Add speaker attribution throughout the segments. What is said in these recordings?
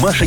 Speaker 1: Маша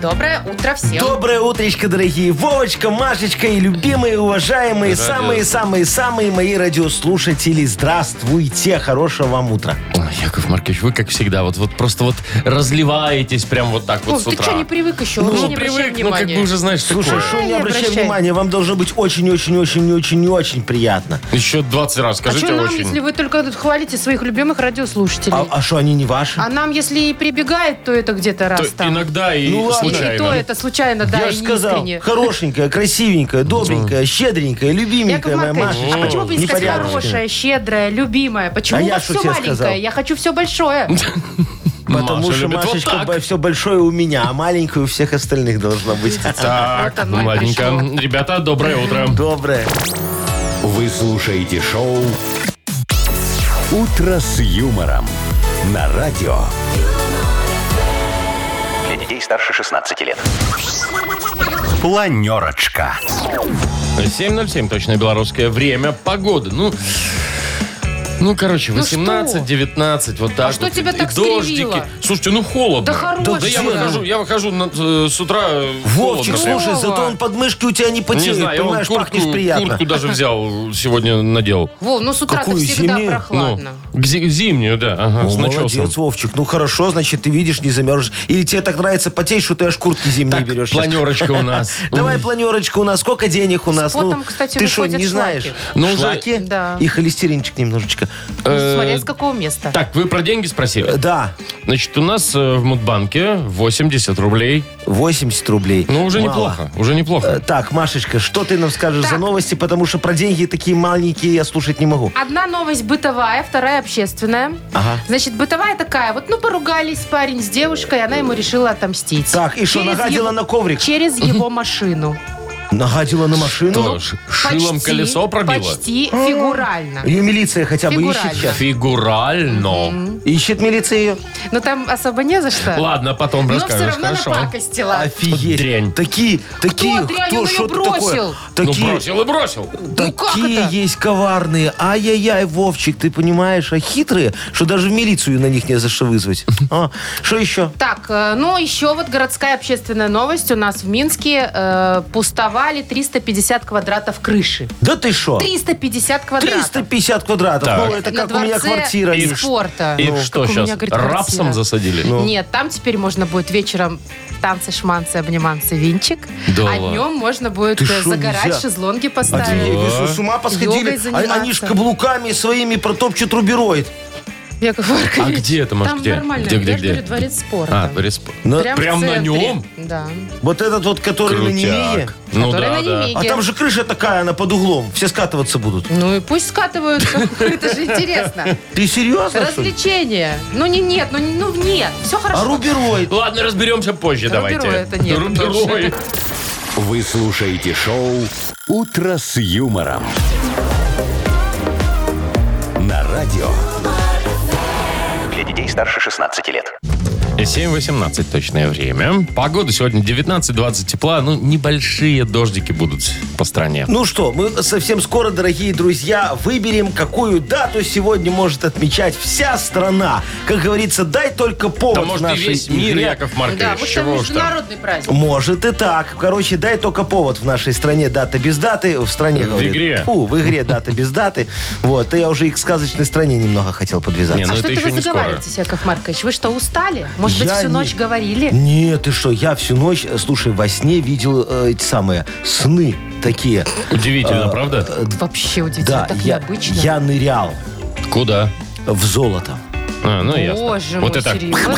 Speaker 2: Доброе утро всем.
Speaker 3: Доброе утречко, дорогие Вовочка, Машечка и любимые, уважаемые,
Speaker 4: Радио.
Speaker 3: самые-самые-самые мои радиослушатели. Здравствуйте, хорошего вам утра.
Speaker 4: Ой, Яков Маркович, вы как всегда, вот, вот просто вот разливаетесь прям вот так вот
Speaker 2: Вов,
Speaker 4: с
Speaker 2: ты
Speaker 4: утра.
Speaker 2: что, не привык еще? Вообще
Speaker 4: ну,
Speaker 2: не обращай
Speaker 4: привык, ну как
Speaker 2: внимания.
Speaker 4: бы уже знаешь
Speaker 3: Слушай,
Speaker 4: такое.
Speaker 3: что не
Speaker 2: Не
Speaker 3: обращай
Speaker 2: обращай.
Speaker 3: внимания, вам должно быть очень-очень-очень-очень-очень приятно.
Speaker 4: Еще 20 раз
Speaker 2: А что
Speaker 4: скажите
Speaker 2: нам,
Speaker 4: очень.
Speaker 2: если вы только тут хвалите своих любимых радиослушателей?
Speaker 3: А
Speaker 2: А,
Speaker 3: а что, они не ваши?
Speaker 2: нам, если и прибегает, то это
Speaker 4: То
Speaker 2: где-то раз там.
Speaker 4: иногда и
Speaker 3: Ну ладно.
Speaker 2: И-
Speaker 4: случайно.
Speaker 2: И то это случайно, да,
Speaker 3: Я
Speaker 2: и
Speaker 3: же
Speaker 2: не
Speaker 3: сказал,
Speaker 2: искренне.
Speaker 3: хорошенькая, красивенькая, добренькая, щедренькая,
Speaker 2: Яков
Speaker 3: любименькая моя
Speaker 2: Маркович,
Speaker 3: Машечка.
Speaker 2: а почему бы не сказать
Speaker 3: непорядочная.
Speaker 2: хорошее, щедрое, любимое? Почему
Speaker 3: А
Speaker 2: у
Speaker 3: я
Speaker 2: вас
Speaker 3: что
Speaker 2: все
Speaker 3: тебе
Speaker 2: маленькое?
Speaker 3: сказал?
Speaker 2: Я хочу все большое.
Speaker 3: Потому
Speaker 4: Маша
Speaker 3: что
Speaker 4: любит вот
Speaker 3: Машечка
Speaker 4: так.
Speaker 3: все большое у меня, а маленькое у всех остальных должно быть.
Speaker 4: Так,
Speaker 2: Вот оно ну и
Speaker 4: ладненько.
Speaker 2: пошло.
Speaker 4: Ребята, доброе утро.
Speaker 3: Доброе.
Speaker 1: Вы слушаете шоу «Утро с юмором» на радио. Для детей старше 16 лет. Планерочка.
Speaker 4: 7.07, точное белорусское время. Погода, ну... Ну, короче,
Speaker 2: Ну
Speaker 4: 18,
Speaker 2: что? А
Speaker 4: 19, вот так
Speaker 2: что
Speaker 4: вот.
Speaker 2: тебя
Speaker 4: И
Speaker 2: так
Speaker 4: Дождики.
Speaker 2: скривило?
Speaker 4: Слушайте, ну холодно.
Speaker 2: Да хорошее.
Speaker 4: Да я выхожу, я выхожу на- э, с утра э, холодно.
Speaker 3: Вовчик, слушай,
Speaker 2: Вова.
Speaker 3: зато он подмышки у тебя не
Speaker 4: Ну, Не
Speaker 3: потеет,
Speaker 4: знаю, я вон
Speaker 3: понимаешь,
Speaker 4: куртку,
Speaker 3: пахнешь приятно.
Speaker 4: куртку даже взял, сегодня надел.
Speaker 2: Вов, ну с утра-то
Speaker 3: Какую
Speaker 2: всегда
Speaker 3: зимнюю?
Speaker 4: Ну,
Speaker 2: прохладно.
Speaker 4: к зи- зимнюю, да, ага,
Speaker 3: О,
Speaker 4: с начесом.
Speaker 3: молодец, Вовчик. Ну хорошо, значит, ты видишь, не замерзешь. Или тебе так нравится потеешь, что ты аж куртки зимние
Speaker 4: Так,
Speaker 3: берешь. сейчас.
Speaker 4: планерочка у нас.
Speaker 3: Давай планерочку у нас. Сколько денег у нас?
Speaker 2: потом,
Speaker 3: ну,
Speaker 2: кстати,
Speaker 3: ты что,
Speaker 2: выходят
Speaker 3: не знаешь?
Speaker 2: шлаки.
Speaker 4: Ну, уже-
Speaker 3: Шлаки?
Speaker 2: Да.
Speaker 3: И холестеринчик немножечко.
Speaker 4: Э,
Speaker 2: Ну, Смотря с какого места.
Speaker 4: Так, вы про деньги спросили?
Speaker 3: Э, Да,
Speaker 4: Значит, у нас э, в Мудбанке 80 рублей.
Speaker 3: 80 рублей.
Speaker 4: Ну, уже
Speaker 3: Мало.
Speaker 4: неплохо, уже
Speaker 3: Э,
Speaker 4: неплохо.
Speaker 3: Так, Машечка, что ты нам скажешь за новости? Потому что про деньги такие маленькие я слушать не могу.
Speaker 2: Одна новость бытовая, вторая общественная.
Speaker 3: Ага.
Speaker 2: Значит, бытовая такая. Вот, ну, поругались парень с девушкой, она ему решила отомстить.
Speaker 3: Так, и что,
Speaker 2: Через
Speaker 3: нагадила
Speaker 2: его-
Speaker 3: на коврик?
Speaker 2: Через его машину.
Speaker 3: Нагадила на
Speaker 4: Что,
Speaker 3: машину.
Speaker 4: ш- шилом
Speaker 2: Почти,
Speaker 4: колесо пробило?
Speaker 2: Почти
Speaker 3: А.
Speaker 2: фигурально.
Speaker 3: Ее милиция хотя бы
Speaker 2: Фигурально.
Speaker 3: ищет сейчас.
Speaker 4: Фигурально.
Speaker 3: Ищет милиция ее?
Speaker 2: Но там особо не за что.
Speaker 4: Ладно, потом
Speaker 2: Но все
Speaker 4: расскажешь,
Speaker 2: равно
Speaker 4: хорошо.
Speaker 2: напакостила.
Speaker 3: Офигеть.
Speaker 4: Дрянь.
Speaker 3: Такие, такие,
Speaker 2: дрянь? Он её
Speaker 3: что ты такое?
Speaker 2: бросил.
Speaker 4: Ну,
Speaker 3: Такие,
Speaker 4: бросил и бросил.
Speaker 2: как
Speaker 3: такие
Speaker 2: это?
Speaker 3: есть коварные. Ай-яй-яй, Вовчик, ты понимаешь, а хитрые, что даже в милицию на них не за что вызвать. А, Что еще?
Speaker 2: Так, э, ну еще вот городская общественная новость. У нас в Минске э, пустовали 350 квадратов крыши.
Speaker 3: Да ты что?
Speaker 2: 350 квадратов.
Speaker 3: 350 квадратов.
Speaker 4: Так.
Speaker 3: Ну, это
Speaker 2: На
Speaker 3: как у меня
Speaker 2: дворце
Speaker 3: квартира. Ну,
Speaker 2: и
Speaker 3: Миш.
Speaker 2: спорта.
Speaker 4: И что
Speaker 2: Как у
Speaker 4: сейчас,
Speaker 2: меня, говорит,
Speaker 4: рапсом
Speaker 2: квартира.
Speaker 4: засадили?
Speaker 3: Ну,
Speaker 2: Нет, там теперь можно будет вечером танцы, шманцы, обниманцы, винчик.
Speaker 4: Да
Speaker 2: а
Speaker 4: ладно.
Speaker 2: днем можно будет
Speaker 3: Ты
Speaker 2: э,
Speaker 3: шо,
Speaker 2: загорать,
Speaker 3: нельзя?
Speaker 2: шезлонги
Speaker 3: А ты,
Speaker 2: поставить.
Speaker 3: я вижу, с ума
Speaker 2: Йогой
Speaker 3: посходили.
Speaker 2: заниматься.
Speaker 3: А- Они ж каблуками своими протопчут рубероид.
Speaker 2: Яков
Speaker 4: А
Speaker 2: Маркович,
Speaker 4: где это, может,
Speaker 2: там
Speaker 4: где?
Speaker 2: нормально.
Speaker 4: Где, где,
Speaker 2: Я ж говорю,
Speaker 4: где?
Speaker 2: дворец спорта.
Speaker 4: А, дворец спо-
Speaker 3: Ну,
Speaker 2: в
Speaker 4: прям на
Speaker 2: центре.
Speaker 4: нем?
Speaker 2: Да.
Speaker 3: Вот этот вот, который на Неве.
Speaker 4: Крутяк. Ну
Speaker 2: Который
Speaker 4: да,
Speaker 2: на
Speaker 4: да.
Speaker 2: Немиге.
Speaker 3: А там же крыша такая, она под углом. Все скатываться будут.
Speaker 2: Ну и пусть скатываются. Это же интересно.
Speaker 3: Ты серьезно, что ли?
Speaker 2: Развлечения. Ну не нет, ну не- ну нет. Все
Speaker 3: А
Speaker 2: хорошо.
Speaker 3: рубероид?
Speaker 4: Ладно, разберемся позже,
Speaker 2: Рубероид
Speaker 4: давайте.
Speaker 2: это нет,
Speaker 4: Рубероид.
Speaker 1: Вы слушаете шоу «Утро с юмором» на радио.
Speaker 5: Для детей старше 16 лет.
Speaker 4: 7.18 точное время. Погода сегодня 19-20 тепла. Ну, небольшие дождики будут по стране.
Speaker 3: Ну что, мы совсем скоро, дорогие друзья, выберем, какую дату сегодня может отмечать вся страна. Как говорится, дай только повод
Speaker 4: Да может и
Speaker 3: нашей
Speaker 4: весь мир,
Speaker 3: игре.
Speaker 4: Яков
Speaker 2: Да,
Speaker 4: Маркович.
Speaker 2: вот там
Speaker 4: Чего уж там.
Speaker 2: международный
Speaker 4: Ну,
Speaker 2: праздник.
Speaker 3: Может и так. Короче, дай только повод в нашей стране. Дата без даты. В стране,
Speaker 4: В игре.
Speaker 3: Фу, в игре дата без даты. Вот. И я уже и к сказочной стране немного хотел
Speaker 4: Не,
Speaker 3: подвязаться.
Speaker 4: ну
Speaker 2: А что
Speaker 4: это
Speaker 2: это вы
Speaker 4: еще не скоро.
Speaker 2: заговариваетесь, Яков Маркович? Вы что, устали? Может быть,
Speaker 3: Я
Speaker 2: всю
Speaker 3: не-
Speaker 2: ночь
Speaker 4: ну-
Speaker 2: говорили?
Speaker 3: Нет, ты что, я всю ночь, э, слушай, во сне видел э, эти самые сны такие. А,
Speaker 4: Удивительно, правда?
Speaker 2: Вообще удивительно,
Speaker 3: Да,
Speaker 2: так
Speaker 3: я,
Speaker 2: необычно.
Speaker 3: я нырял
Speaker 4: Куда?
Speaker 3: в золото.
Speaker 4: А, ну ясно.
Speaker 2: Боже
Speaker 4: вот
Speaker 2: мой,
Speaker 4: это
Speaker 2: серьезно?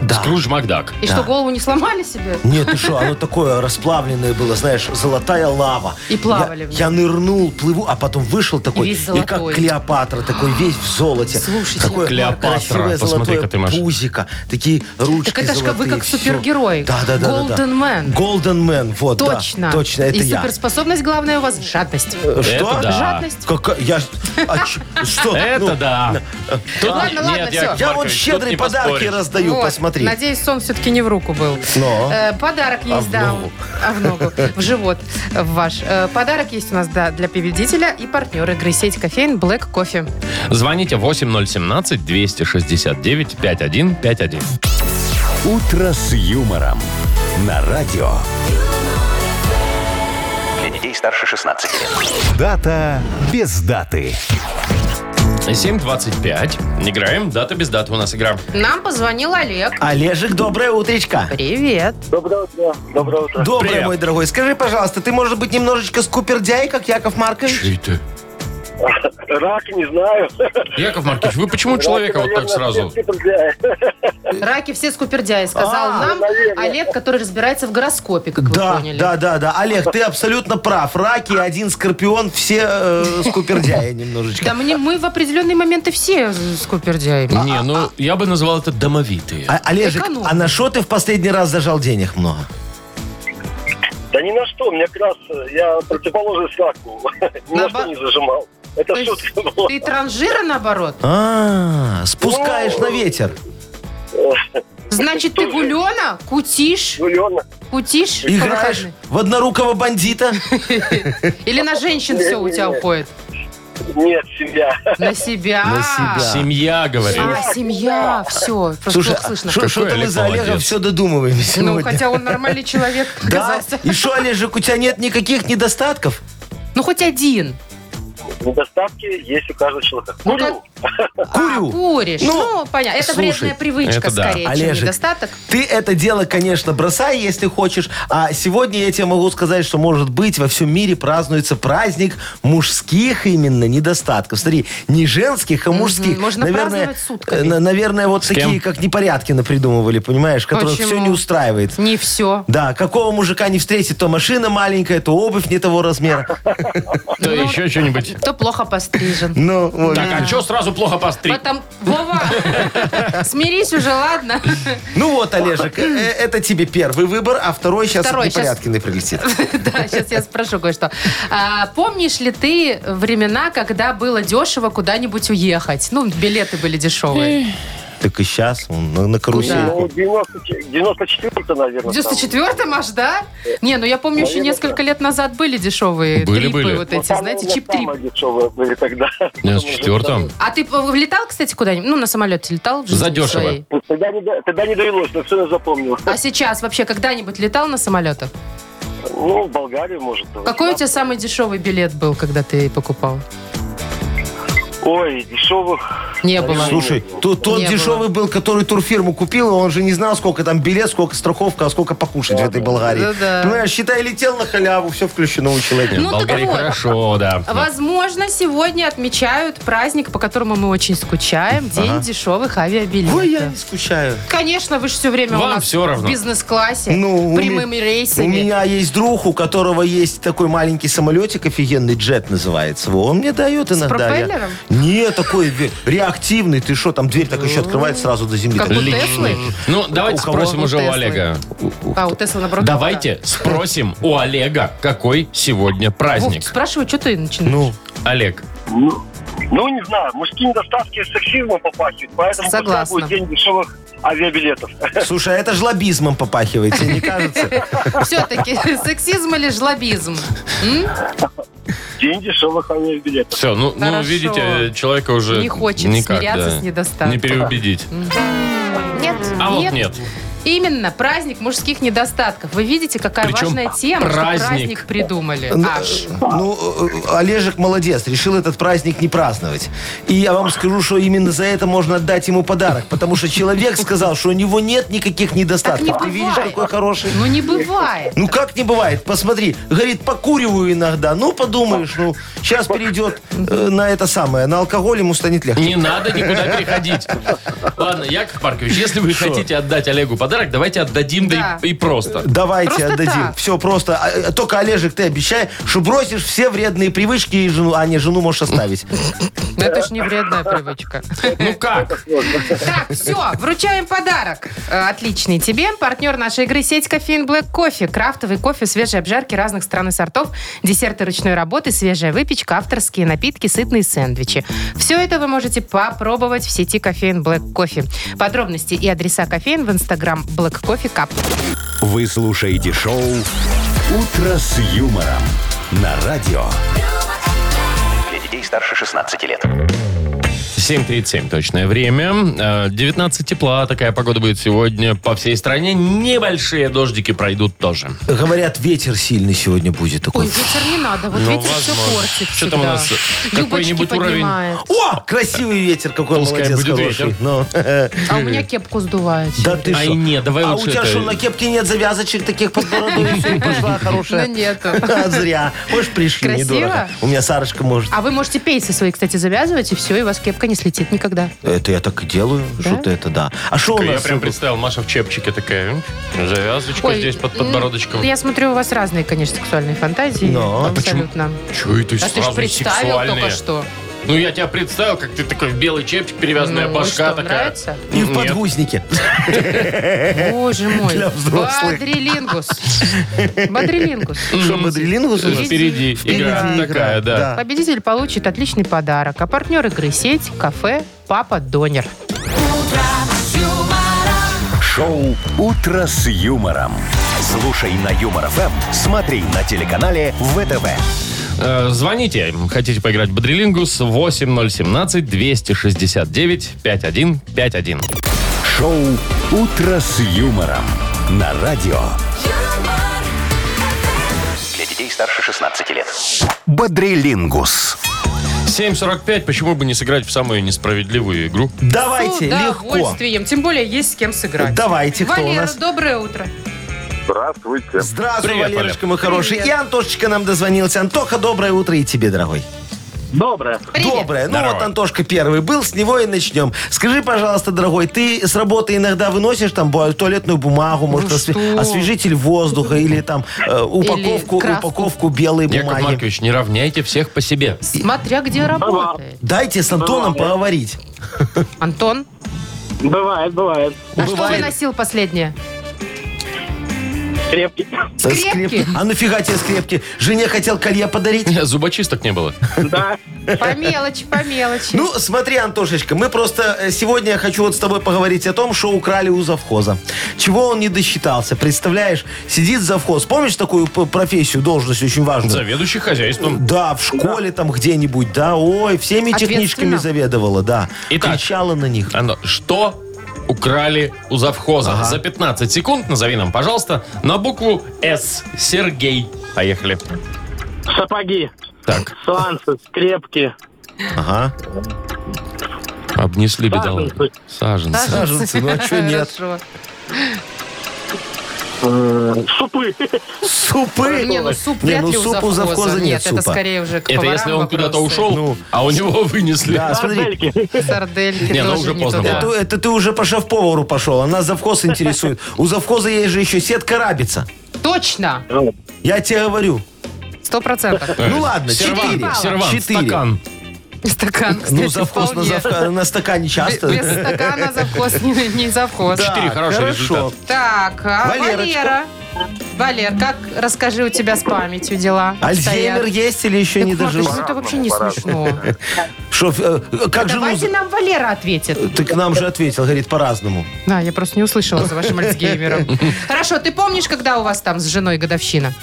Speaker 3: Да.
Speaker 4: Скрудж Макдак.
Speaker 2: И что, голову не сломали себе?
Speaker 3: Нет, ты что, оно такое расплавленное было, знаешь, золотая лава.
Speaker 2: И плавали
Speaker 3: Я,
Speaker 2: в ней.
Speaker 3: я нырнул, плыву, а потом вышел такой,
Speaker 2: И весь
Speaker 3: и как
Speaker 2: золотой.
Speaker 3: Клеопатра, такой весь в золоте.
Speaker 2: Слушайте,
Speaker 3: такое
Speaker 4: Клеопатра,
Speaker 3: красивое
Speaker 4: посмотри-ка
Speaker 3: золотое
Speaker 4: ты, Маша.
Speaker 3: пузико, такие ручки
Speaker 2: Так это ж как вы
Speaker 3: золотые,
Speaker 2: как
Speaker 3: всё.
Speaker 2: супергерой.
Speaker 3: Да, да, да. да, да.
Speaker 2: Golden Man.
Speaker 3: Golden Man, вот, да.
Speaker 2: Точно.
Speaker 3: точно, это
Speaker 2: И
Speaker 3: я.
Speaker 2: суперспособность главная у вас жадность.
Speaker 3: Э, Что?
Speaker 4: Это да.
Speaker 2: Жадность.
Speaker 3: Какая- я ж- а ч- Что?
Speaker 4: Это
Speaker 3: Ну,
Speaker 4: да. Тут
Speaker 2: Ладно,
Speaker 4: не-
Speaker 2: ладно, ладно,
Speaker 4: Нет,
Speaker 2: все.
Speaker 4: Яков
Speaker 3: Я вот
Speaker 4: Маркович, тут
Speaker 3: щедрые
Speaker 4: не
Speaker 3: подарки
Speaker 4: поспоришь.
Speaker 3: раздаю,
Speaker 2: Вот.
Speaker 3: посмотри.
Speaker 2: Надеюсь, сон все-таки не в руку был.
Speaker 3: Но.
Speaker 2: Э, подарок есть,
Speaker 3: в
Speaker 2: да.
Speaker 3: ногу.
Speaker 2: А в ногу. В живот. э, В ваш. Э, подарок есть у нас, да, для победителя и партнер игры сеть кофеин Black Кофе.
Speaker 4: Звоните 8017-269-5151.
Speaker 1: «Утро с юмором» на радио.
Speaker 5: Для детей старше 16 лет.
Speaker 1: Дата без даты.
Speaker 4: 7.25. Играем. Дата без даты у нас игра.
Speaker 2: Нам позвонил Олег.
Speaker 3: Олежек, доброе утречко.
Speaker 2: Привет.
Speaker 3: Доброе,
Speaker 4: Привет.
Speaker 3: мой дорогой. Скажи, пожалуйста, ты, может быть, немножечко скупердяй, как Яков Маркович?
Speaker 4: это?
Speaker 6: Рак, не знаю.
Speaker 4: Яков Маркович, вы почему человека вот так сразу?
Speaker 2: Раки все скупердяи, сказал
Speaker 3: А,
Speaker 2: нам
Speaker 6: наверное.
Speaker 2: Олег, который разбирается в гороскопе, как вы
Speaker 3: Да,
Speaker 2: поняли.
Speaker 3: да, да, да. Олег, ты абсолютно прав. Раки, один скорпион, все э, скупердяи немножечко.
Speaker 2: Да мне, мы в определенные моменты все скупердяи.
Speaker 6: типа-
Speaker 4: Не, ну я бы назвал это домовитые.
Speaker 3: А- Олежек,
Speaker 2: Эконом.
Speaker 3: а на что ты в последний раз зажал денег много?
Speaker 6: Да ни на что, мне как раз, э, я противоположность раку. Ни
Speaker 2: На
Speaker 6: на
Speaker 2: ба-
Speaker 6: что не зажимал. Это
Speaker 2: То есть
Speaker 6: шутка была.
Speaker 2: ты транжира, наоборот?
Speaker 3: А, спускаешь
Speaker 6: Ну.
Speaker 3: на ветер.
Speaker 2: Значит, ты
Speaker 6: Тоже.
Speaker 2: гулена, кутишь,
Speaker 6: Ну, Лена,
Speaker 2: кутишь по
Speaker 3: Играешь
Speaker 2: выходным?
Speaker 3: в однорукого бандита.
Speaker 2: Или на женщин все у тебя
Speaker 6: Не-не-не.
Speaker 2: уходит?
Speaker 6: нет, семья.
Speaker 2: На себя.
Speaker 3: На себя.
Speaker 4: Семья, говорит.
Speaker 2: А, семья, все. Просто
Speaker 3: Слушай,
Speaker 2: плохо слышно.
Speaker 4: Какой
Speaker 3: что-то мы
Speaker 4: Олег
Speaker 3: за Олегом
Speaker 4: молодец.
Speaker 3: все додумываем
Speaker 2: Ну,
Speaker 3: сегодня.
Speaker 2: хотя он нормальный человек
Speaker 3: Да?
Speaker 2: оказался.
Speaker 3: И что, Олежек, у тебя нет никаких недостатков?
Speaker 2: Ну, хоть один.
Speaker 6: Недостатки есть у каждого человека.
Speaker 2: Ну,
Speaker 6: Курю.
Speaker 3: Курю.
Speaker 2: А, куришь.
Speaker 3: Ну,
Speaker 2: Ну, понятно. Это
Speaker 3: слушай,
Speaker 2: вредная привычка
Speaker 4: это да.
Speaker 2: скорее, чем
Speaker 3: Олежек.
Speaker 2: недостаток.
Speaker 3: Ты это дело, конечно, бросай, если хочешь. А сегодня я тебе могу сказать, что, может быть, во всем мире празднуется праздник мужских именно недостатков. Смотри, не женских, а мужских.
Speaker 2: можно
Speaker 3: наверное,
Speaker 2: праздновать сутками.
Speaker 3: э, на- наверное, вот
Speaker 4: кем?
Speaker 3: такие, как непорядки напридумывали, понимаешь, которых
Speaker 2: Почему?
Speaker 3: все не устраивает.
Speaker 2: Не все.
Speaker 3: Да, какого мужика не встретит, то машина маленькая, то обувь не того размера.
Speaker 4: Да,
Speaker 2: ну-
Speaker 4: еще что-нибудь.
Speaker 2: Кто плохо пострижен.
Speaker 3: Ну, вот.
Speaker 4: Так, а что сразу плохо постриг?
Speaker 2: Потом, Вова, смирись уже, ладно?
Speaker 3: Ну вот, Олежек, э, э, это тебе первый выбор, а второй сейчас
Speaker 2: Второй
Speaker 3: от
Speaker 2: щас.
Speaker 3: непорядкиной прилетит.
Speaker 2: Да, сейчас я спрошу кое-что. А, Помнишь ли ты времена, когда было дешево куда-нибудь уехать? Ну, билеты были дешевые.
Speaker 3: Так и сейчас, на, на карусельку.
Speaker 6: Ну, 94 наверное.
Speaker 2: В 94-м аж, да? Не, ну я помню, еще
Speaker 6: Э, Наверное, Ну,
Speaker 2: несколько лет назад были дешевые
Speaker 4: Были,
Speaker 2: трипы
Speaker 4: были.
Speaker 2: вот эти, знаете, чип-трип.
Speaker 6: чип-трип. были тогда.
Speaker 4: В четвертом.
Speaker 2: А ты э, влетал, кстати, куда-нибудь? Ну, на самолете летал? в жизни
Speaker 4: Задешево.
Speaker 2: своей?
Speaker 6: Ну, Тогда не, до- тогда не довелось, но все запомнил.
Speaker 2: А сейчас вообще когда-нибудь летал на самолетах?
Speaker 6: Ну, в Болгарию, может.
Speaker 2: Какой у
Speaker 6: да.
Speaker 2: тебя самый дешевый билет был, когда ты покупал?
Speaker 6: Ой, дешевых.
Speaker 2: Не было.
Speaker 3: Слушай, то- тот
Speaker 2: Не
Speaker 3: дешевый был, который турфирму купил, и он же не знал, сколько там билет, сколько страховка, а сколько покушать в этой Болгарии.
Speaker 2: Да-да.
Speaker 3: Понимаешь, считай, летел на халяву, все включено у человека.
Speaker 2: Ну, так
Speaker 4: Болгарии
Speaker 2: вот. А
Speaker 4: хорошо, да.
Speaker 2: Возможно, сегодня отмечают праздник, по которому мы очень скучаем. День дешевых авиабилетов.
Speaker 3: Ой, я не скучаю.
Speaker 2: Конечно, вы же все время
Speaker 4: Вам
Speaker 2: у нас
Speaker 4: всё равно.
Speaker 2: в бизнес-классе,
Speaker 3: Ну, у
Speaker 2: прямыми
Speaker 3: ми-
Speaker 2: рейсами.
Speaker 3: У меня есть друг, у которого есть такой маленький самолетик, офигенный джет называется. Во, Он мне дает иногда. я-
Speaker 2: пропеллером?
Speaker 3: Не, такой ве- реактивный. Ты что, там дверь так еще открывает сразу до земли.
Speaker 2: Как
Speaker 3: Так,
Speaker 2: у Теслы?
Speaker 4: Ну, давайте
Speaker 3: У кого?
Speaker 4: спросим уже у
Speaker 2: Теслы.
Speaker 4: Олега.
Speaker 2: А, у Тесла наоборот.
Speaker 4: Давайте спросим у Олега, какой сегодня
Speaker 2: да. Вов,
Speaker 4: праздник.
Speaker 2: спрашивай, что ты начинаешь?
Speaker 3: Ну,
Speaker 4: Олег,
Speaker 6: Ну, ну, не знаю, мужские недостатки сексизмом попахивают, поэтому пускай
Speaker 2: Согласна.
Speaker 6: будет день дешевых авиабилетов.
Speaker 3: слушай, а это ж лоббизмом попахивает, тебе не кажется?
Speaker 2: Все-таки сексизм или жлобизм? М?
Speaker 6: День дешевых авиабилетов.
Speaker 4: все, ну, ну,
Speaker 2: Хорошо.
Speaker 4: видите, человека уже
Speaker 2: Не хочет
Speaker 4: никак,
Speaker 2: смиряться
Speaker 4: да.
Speaker 2: с недостатком.
Speaker 4: Не переубедить.
Speaker 2: Нет,
Speaker 4: А вот нет.
Speaker 2: Именно, праздник мужских недостатков. Вы видите, какая
Speaker 4: Причем
Speaker 2: важная тема,
Speaker 4: праздник.
Speaker 2: что праздник придумали.
Speaker 3: Ну,
Speaker 2: Аж.
Speaker 3: Ну, э, Олежек молодец, решил этот праздник не праздновать. И я вам скажу, что именно за это можно отдать ему подарок, потому что человек сказал, что у него нет никаких недостатков.
Speaker 2: Так не
Speaker 3: Ты видишь,
Speaker 2: бывает.
Speaker 3: какой хороший?
Speaker 2: Ну не бывает.
Speaker 3: Ну как не бывает, посмотри, говорит, покуриваю иногда. Ну подумаешь, ну сейчас перейдет э, на это самое, на алкоголь ему станет легче.
Speaker 4: Не надо никуда переходить. Ладно, Яков Маркович, если вы хотите отдать Олегу подарок давайте отдадим, да,
Speaker 2: Да.
Speaker 4: и, и просто.
Speaker 3: Давайте
Speaker 2: Просто
Speaker 3: отдадим.
Speaker 2: так.
Speaker 3: Все просто. А, а, Только, Олежек, ты обещай, что бросишь все вредные привычки и жену. А, не, жену можешь оставить.
Speaker 2: Ну, это ж не вредная привычка.
Speaker 4: Ну как?
Speaker 2: Так, все, вручаем подарок. Э, Отличный тебе. Партнер нашей игры сеть кофеин Black Кофе. Крафтовый кофе, свежие обжарки разных стран и сортов, десерты ручной работы, свежая выпечка, авторские напитки, сытные сэндвичи. Все это вы можете попробовать в сети кофеин Black Кофе. Подробности и адреса кофеин в инстаграм Black Coffee Cup.
Speaker 1: Вы слушаете шоу «Утро с юмором» на радио.
Speaker 5: Для детей старше 16 лет.
Speaker 4: 7.37 точное время. Э, 19 тепла. Такая погода будет сегодня по всей стране. Небольшие дождики пройдут тоже.
Speaker 3: Говорят, ветер сильный сегодня будет такой.
Speaker 2: Ой, ветер не надо, вот
Speaker 4: Ну,
Speaker 2: ветер все
Speaker 4: возможно.
Speaker 2: портит
Speaker 4: Что там у
Speaker 2: всегда.
Speaker 4: нас?
Speaker 2: Юбочки
Speaker 4: Какой-нибудь уровень?
Speaker 2: поднимает.
Speaker 3: О, красивый ветер, какой
Speaker 4: Пускай
Speaker 3: молодец,
Speaker 4: будет
Speaker 3: хороший.
Speaker 4: ветер.
Speaker 3: Ну.
Speaker 2: А у меня кепку сдувает.
Speaker 3: Да ты
Speaker 4: Ай,
Speaker 3: шо?
Speaker 4: не, давай
Speaker 3: А у
Speaker 4: лучше
Speaker 3: тебя
Speaker 4: это-
Speaker 3: что, на кепке нет завязочек таких под бороду? И всё, и пошла
Speaker 2: Да
Speaker 3: хорошая.
Speaker 2: нету.
Speaker 3: А, Зря. Может, пришли,
Speaker 2: Красиво?
Speaker 3: недорого. У меня Сарочка может.
Speaker 2: А вы можете пейсы свои, кстати, завязывать, и все, и у вас кепка не слетит никогда.
Speaker 3: Это я так и делаю. Что ты это, да. А что у
Speaker 4: Я
Speaker 3: нас?
Speaker 4: прям представил, Маша в чепчике такая. м, Завязочка
Speaker 2: Ой,
Speaker 4: здесь под
Speaker 2: м,
Speaker 4: подбородочком.
Speaker 2: Я смотрю, у вас разные, конечно, сексуальные фантазии.
Speaker 3: Но. а
Speaker 2: Абсолютно.
Speaker 4: Чё это
Speaker 2: А ты же
Speaker 4: сразу
Speaker 2: представил
Speaker 4: сексуальные?
Speaker 2: только что.
Speaker 4: Ну, я тебя представил, как ты такой в белый чепчик, перевязанная
Speaker 2: Ну, и
Speaker 4: башка
Speaker 2: что,
Speaker 4: такая.
Speaker 2: нравится?
Speaker 3: И в
Speaker 4: Нет.
Speaker 3: подгузнике.
Speaker 2: Боже мой.
Speaker 3: Для взрослых.
Speaker 2: Бодрилингус. Бодрилингус.
Speaker 3: Что, бодрелингус у
Speaker 4: Ну,
Speaker 3: нас?
Speaker 2: Впереди
Speaker 4: Впереди игра
Speaker 3: игра.
Speaker 4: такая, да.
Speaker 2: Победитель получит отличный подарок. А партнер игры сеть, кафе, папа, донер.
Speaker 1: Шоу «Утро с юмором». Слушай на Юмор ФМ, смотри на телеканале ВТВ.
Speaker 4: Э, Звоните, хотите поиграть в Бодрилингус 8017-269-5151.
Speaker 1: Шоу «Утро с юмором» на радио.
Speaker 5: Для детей старше 16 лет.
Speaker 1: Бодрилингус.
Speaker 4: 7.45, почему бы не сыграть в самую несправедливую игру?
Speaker 3: Давайте,
Speaker 2: С
Speaker 3: легко.
Speaker 2: удовольствием. Тем более есть с кем сыграть.
Speaker 3: Давайте, кто у
Speaker 2: Валера,
Speaker 3: нас?
Speaker 2: доброе утро.
Speaker 7: Здравствуйте.
Speaker 3: Здравствуй,
Speaker 4: Привет,
Speaker 3: Валерочка, мой хороший.
Speaker 2: Привет.
Speaker 3: И Антошечка нам дозвонился. Антоха, доброе утро и тебе, дорогой.
Speaker 7: Доброе.
Speaker 2: Привет.
Speaker 3: Доброе. Ну
Speaker 4: Здорово.
Speaker 3: вот Антошка первый был, с него и начнем. Скажи, пожалуйста, дорогой, ты с работы иногда выносишь там бу- туалетную бумагу, может, осве-
Speaker 2: Ну что?
Speaker 3: освежитель воздуха или там э, упаковку,
Speaker 2: краску.
Speaker 3: упаковку белой
Speaker 4: Яков
Speaker 3: бумаги.
Speaker 4: Маркович, не равняйте всех по себе.
Speaker 2: Смотря где работает.
Speaker 3: Дайте с Антоном поговорить.
Speaker 2: Антон,
Speaker 7: Бывает, бывает.
Speaker 2: а что
Speaker 3: Бывает.
Speaker 2: выносил последнее?
Speaker 7: Крепкий.
Speaker 2: Скрепки?
Speaker 3: Э, Скрепки. А нафига тебе скрепки? Жене хотел колье подарить?
Speaker 4: Зубочисток не было.
Speaker 7: Да.
Speaker 2: По мелочи, по мелочи.
Speaker 3: Ну, смотри, Антошечка, мы просто э, сегодня я хочу вот с тобой поговорить о том, что украли у завхоза. Чего он не досчитался, представляешь? Сидит завхоз. Помнишь такую п- профессию, должность очень важную?
Speaker 4: Заведующий хозяйством.
Speaker 3: Да, в школе там где-нибудь, да, ой, всеми
Speaker 2: Ответственно.
Speaker 3: техничками заведовала, да.
Speaker 4: Итак.
Speaker 3: Кричала на них.
Speaker 4: Оно- Что украли у завхоза? За 15 секунд назови нам, пожалуйста, на букву «С». Сергей. Поехали.
Speaker 7: Сапоги.
Speaker 4: Так,
Speaker 7: Сланцы, скрепки.
Speaker 3: Ага.
Speaker 4: обнесли бедолагу. Саженцы.
Speaker 3: Кажется, ну а что нет?
Speaker 2: Хорошо.
Speaker 7: Э, Супы.
Speaker 3: Супы!
Speaker 2: Не, ну суп вряд
Speaker 3: ну
Speaker 2: ли у
Speaker 3: суп
Speaker 2: завхоза.
Speaker 3: у завхоза нет,
Speaker 2: это
Speaker 3: супа.
Speaker 2: скорее уже к
Speaker 4: Это
Speaker 2: поварам
Speaker 4: если он куда-то
Speaker 2: вопросы.
Speaker 4: ушел,
Speaker 3: Ну.
Speaker 4: а у него вынесли.
Speaker 3: Да, смотри,
Speaker 7: Сардельки.
Speaker 2: Сардельки
Speaker 4: Не, ну
Speaker 2: тоже
Speaker 4: уже
Speaker 2: не
Speaker 4: поздно
Speaker 2: туда.
Speaker 3: это, это ты уже по шеф-повару пошел, а нас завхоз интересует. У завхоза есть же еще сетка рабица.
Speaker 2: Точно!
Speaker 3: Я тебе говорю.
Speaker 2: Сто процентов.
Speaker 3: Ну ладно,
Speaker 4: Сервант,
Speaker 3: четыре.
Speaker 4: сервант,
Speaker 3: Четыре.
Speaker 4: стакан.
Speaker 2: Стакан,
Speaker 3: Ну,
Speaker 2: кстати,
Speaker 3: завхоз на,
Speaker 2: вполне.
Speaker 3: завка- на стакане
Speaker 2: Без
Speaker 3: часто.
Speaker 2: без стакана завхоз не, не завхоз.
Speaker 3: Да,
Speaker 4: Четыре, хороший результат.
Speaker 2: Так, а
Speaker 3: Валерочка.
Speaker 2: Валера? Валер, как, расскажи, у тебя с памятью дела
Speaker 3: Альцгеймер есть или еще
Speaker 2: Яков
Speaker 3: не
Speaker 2: Маркович,
Speaker 3: дожил?
Speaker 2: ну это вообще не смешно.
Speaker 3: Шо, э, как же
Speaker 2: Давайте нам Валера ответит.
Speaker 3: Ты к нам же ответил, говорит, по-разному.
Speaker 2: Да, я просто не услышала за вашим альцгеймером. Хорошо, ты помнишь, когда у вас там с женой годовщина?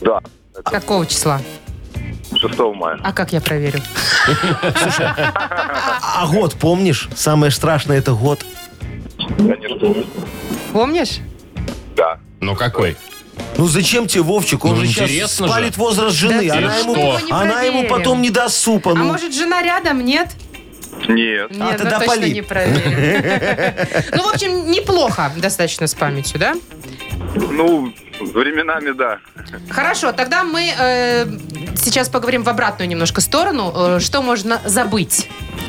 Speaker 8: Да,
Speaker 2: Какого числа?
Speaker 8: 6 мая.
Speaker 2: А как я проверю?
Speaker 3: А год помнишь? Самое страшное это год.
Speaker 8: Конечно.
Speaker 2: Помнишь?
Speaker 8: Да.
Speaker 4: Ну какой?
Speaker 3: Ну зачем тебе Вовчик? Он
Speaker 4: Ну,
Speaker 3: же сейчас
Speaker 4: интересно же.
Speaker 3: спалит возраст жены.
Speaker 2: Да
Speaker 3: она
Speaker 4: ты
Speaker 3: ему,
Speaker 4: что?
Speaker 2: Мы его не
Speaker 3: она ему
Speaker 2: проверим.
Speaker 3: потом не даст супа.
Speaker 2: А
Speaker 3: ну. А
Speaker 2: может, жена рядом? Нет? Нет,
Speaker 8: Нет.
Speaker 2: ну
Speaker 3: тогда
Speaker 2: точно
Speaker 3: пали.
Speaker 2: не проверю. Ну, в общем, неплохо достаточно с памятью, да?
Speaker 8: Ну, временами да.
Speaker 2: Хорошо, тогда мы э, сейчас поговорим в обратную немножко сторону. Э, Что можно забыть?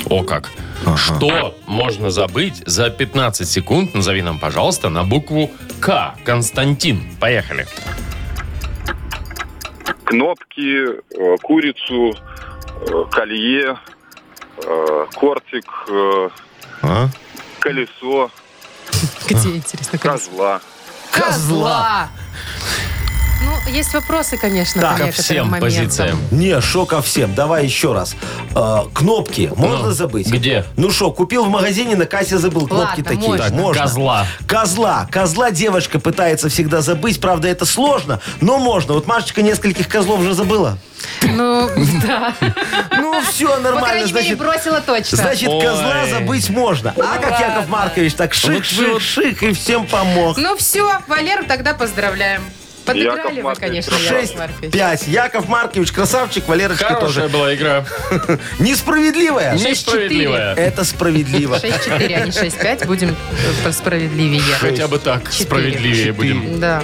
Speaker 4: О как. Что можно забыть за 15 секунд? Назови нам, пожалуйста, на букву К. Константин. Поехали.
Speaker 8: Кнопки, э, курицу, э, колье, э, кортик, э,
Speaker 3: А?
Speaker 8: колесо,
Speaker 2: Где, интересно?
Speaker 8: козла.
Speaker 2: Козла! Ну, есть вопросы, конечно,
Speaker 3: Так, а
Speaker 2: по
Speaker 4: Ко
Speaker 2: некоторым
Speaker 4: всем
Speaker 2: моментам.
Speaker 4: позициям.
Speaker 3: Не, шо ко всем. Давай еще раз. Э, кнопки можно
Speaker 4: Ну,
Speaker 3: забыть?
Speaker 4: где?
Speaker 3: Ну что, купил в магазине, на кассе забыл. Кнопки
Speaker 2: Ладно,
Speaker 3: такие.
Speaker 2: можно.
Speaker 4: Так,
Speaker 3: можно.
Speaker 4: козла.
Speaker 3: Козла. Козла девочка пытается всегда забыть. Правда, это сложно, но можно. Вот Машечка нескольких козлов уже забыла.
Speaker 2: Ну, да.
Speaker 3: Ну все,
Speaker 2: По
Speaker 3: нормально.
Speaker 2: крайней мере,
Speaker 3: Значит,
Speaker 2: бросила точно.
Speaker 3: значит
Speaker 4: Ой. Ну,
Speaker 3: козла забыть можно. А как Яков Маркович, так
Speaker 4: Вот вы вот-
Speaker 3: шик-шик-шик и всем помог.
Speaker 2: Ну все, Валеру тогда поздравляем.
Speaker 8: Яков
Speaker 2: Подыграли вы,
Speaker 8: Маркович,
Speaker 2: конечно,
Speaker 8: красавчик.
Speaker 2: Яков
Speaker 3: Шесть,
Speaker 2: Маркович.
Speaker 3: пять. Яков Маркович, красавчик, Валерочка
Speaker 4: Хорошая
Speaker 3: тоже.
Speaker 4: была игра.
Speaker 3: Несправедливая.
Speaker 4: Несправедливая.
Speaker 3: Это справедливо.
Speaker 2: 6-4, а не 6-5. Будем э, про- справедливее.
Speaker 4: Хотя бы так
Speaker 2: Четыре.
Speaker 4: справедливее будем.
Speaker 2: Да.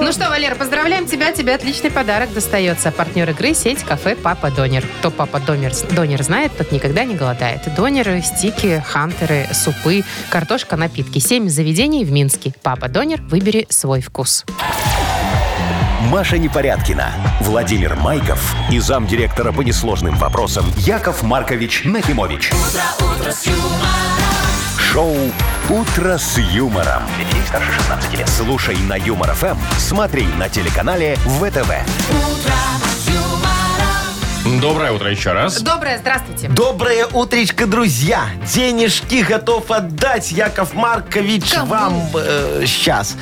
Speaker 2: Ну что, Валера, поздравляем тебя. Тебе отличный подарок достается. Партнер игры сеть кафе «Папа Донер». Кто «Папа Донер», Донер знает, тот никогда не голодает. Донеры, стики, хантеры, супы, картошка, напитки. Семь заведений в Минске. «Папа Донер», выбери свой вкус.
Speaker 1: Маша Непорядкина, Владимир Майков и замдиректора по несложным вопросам Яков Маркович Нахимович. Шоу Утро с юмором. Для детей старше 16 лет. Слушай на юмор ФМ, смотри на телеканале ВТВ.
Speaker 4: Доброе утро еще раз.
Speaker 2: Доброе, здравствуйте.
Speaker 3: Доброе утречко, друзья! Денежки готов отдать Яков Маркович
Speaker 2: Кому?
Speaker 3: вам сейчас.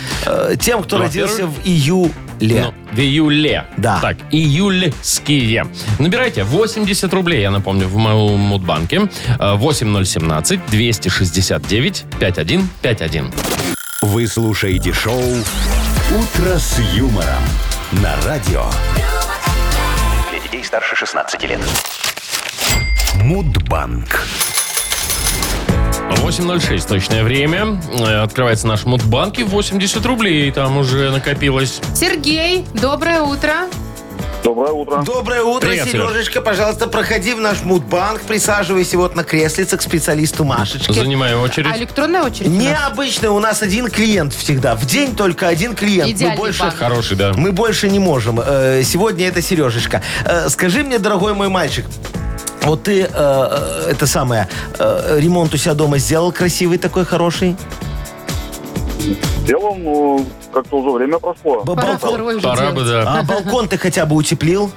Speaker 3: тем, кто
Speaker 4: Ну, Во-первых,
Speaker 3: родился в июле.
Speaker 4: Ну, в июле.
Speaker 3: Да.
Speaker 4: Так, июльские. Набирайте 80 рублей, я напомню, в моем мудбанке. Э, 8017 269 5151.
Speaker 1: Вы слушаете шоу Утро с юмором на радио
Speaker 5: Для детей старше 16 лет.
Speaker 1: Мудбанк.
Speaker 4: 8.06 точное время. Э, Открывается наш мудбанк и 80 рублей там уже накопилось.
Speaker 2: Сергей, доброе утро. А
Speaker 6: Доброе утро.
Speaker 3: Доброе утро,
Speaker 4: Привет,
Speaker 3: Сережечка. Пожалуйста, проходи в наш мудбанк, присаживайся вот на креслице к специалисту Машечке.
Speaker 4: Занимаем
Speaker 2: А
Speaker 4: очередь.
Speaker 2: электронная очередь? у нас?
Speaker 3: Необычно, у нас один клиент всегда. В день только один клиент.
Speaker 2: Идеальный
Speaker 3: Мы больше,
Speaker 2: банк.
Speaker 4: Хороший, да.
Speaker 3: мы больше не можем. Э, Сегодня это Сережечка. Э, Скажи мне, дорогой мой мальчик, вот ты э, э, это самое э, ремонт у себя дома сделал красивый такой хороший?
Speaker 6: Дело, ну, как-то уже время прошло.
Speaker 3: Б-
Speaker 2: Пора
Speaker 3: балкон.
Speaker 2: второй уже
Speaker 4: Пора
Speaker 2: делать.
Speaker 4: бы, да.
Speaker 3: А балкон ты хотя бы утеплил?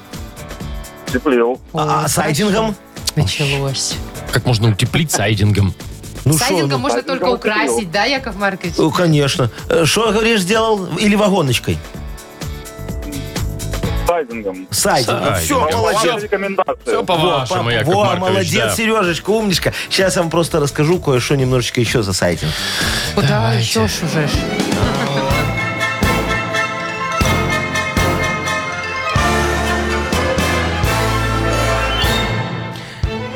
Speaker 6: Теплел.
Speaker 3: А, а сайдингом?
Speaker 2: Началось.
Speaker 4: Как можно утеплить сайдингом?
Speaker 3: Ну шо,
Speaker 2: Сайдингом
Speaker 3: ну,
Speaker 2: можно
Speaker 6: сайдингом
Speaker 2: только
Speaker 6: отпилил.
Speaker 2: украсить, да, Яков Маркович?
Speaker 3: э, Конечно. Э, Что, говоришь, сделал? Или вагоночкой?
Speaker 6: Сайдингом.
Speaker 3: Сайдингом. Все,
Speaker 4: Сайдингом.
Speaker 3: молодец.
Speaker 6: рекомендация.
Speaker 4: Все по-вашему,
Speaker 3: Папа,
Speaker 4: Яков
Speaker 3: во,
Speaker 4: Маркович.
Speaker 3: молодец,
Speaker 4: да.
Speaker 3: Сережечка, умничка. Сейчас я вам просто расскажу кое-что немножечко еще за сайтинг.
Speaker 2: Куда еще ж уже? ж?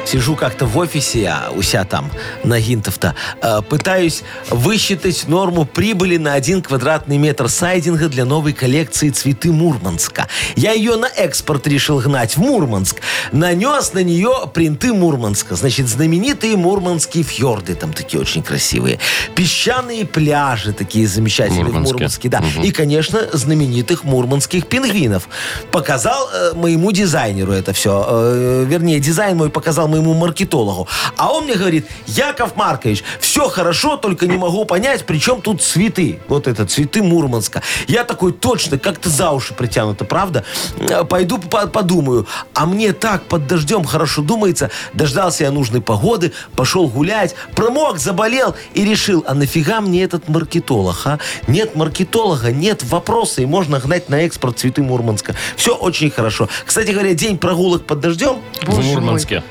Speaker 3: Сижу как-то в офисе, а у себя там, на гинтов-то, э, пытаюсь высчитать норму прибыли на один квадратный метр сайдинга для новой коллекции «Цветы Мурманска». Я ее на экспорт решил гнать в Мурманск. Нанес на нее принты Мурманска. Значит, знаменитые мурманские фьорды там такие очень красивые. Песчаные пляжи такие замечательные
Speaker 4: Мурманске.
Speaker 3: в Мурманске. Да.
Speaker 4: Мгм.
Speaker 3: И, конечно, знаменитых мурманских пингвинов. Показал э, моему дизайнеру это все. Э, вернее, дизайн мой показал моему маркетологу. А он мне говорит, Яков Маркович, все хорошо, только не могу понять, при чем тут цветы. Вот это, цветы Мурманска. Я такой, точно, как-то за уши притянуто, правда? Э, Пойду по- подумаю. А мне так под дождем хорошо думается. Дождался я нужной погоды, пошел гулять, промок, заболел и решил, а нафига мне этот маркетолог, а? Нет маркетолога, нет вопроса, и можно гнать на экспорт цветы Мурманска. Все очень хорошо. Кстати говоря, день прогулок под дождем.
Speaker 4: В
Speaker 2: Боже мой.
Speaker 4: Мурманске.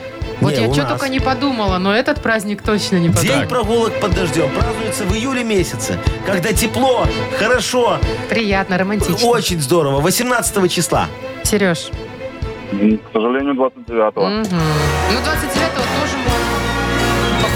Speaker 2: Вот
Speaker 3: Не,
Speaker 2: я
Speaker 3: у
Speaker 2: что
Speaker 3: нас.
Speaker 2: только не подумала, но этот праздник точно не
Speaker 3: День
Speaker 2: подумала.
Speaker 3: прогулок под дождем празднуется в июле месяце, когда тепло, хорошо,
Speaker 2: Приятно, романтично.
Speaker 3: очень здорово. 18 числа.
Speaker 2: Сереж.
Speaker 6: М, К сожалению, 29-го.
Speaker 2: Ну, 29-го тоже можно.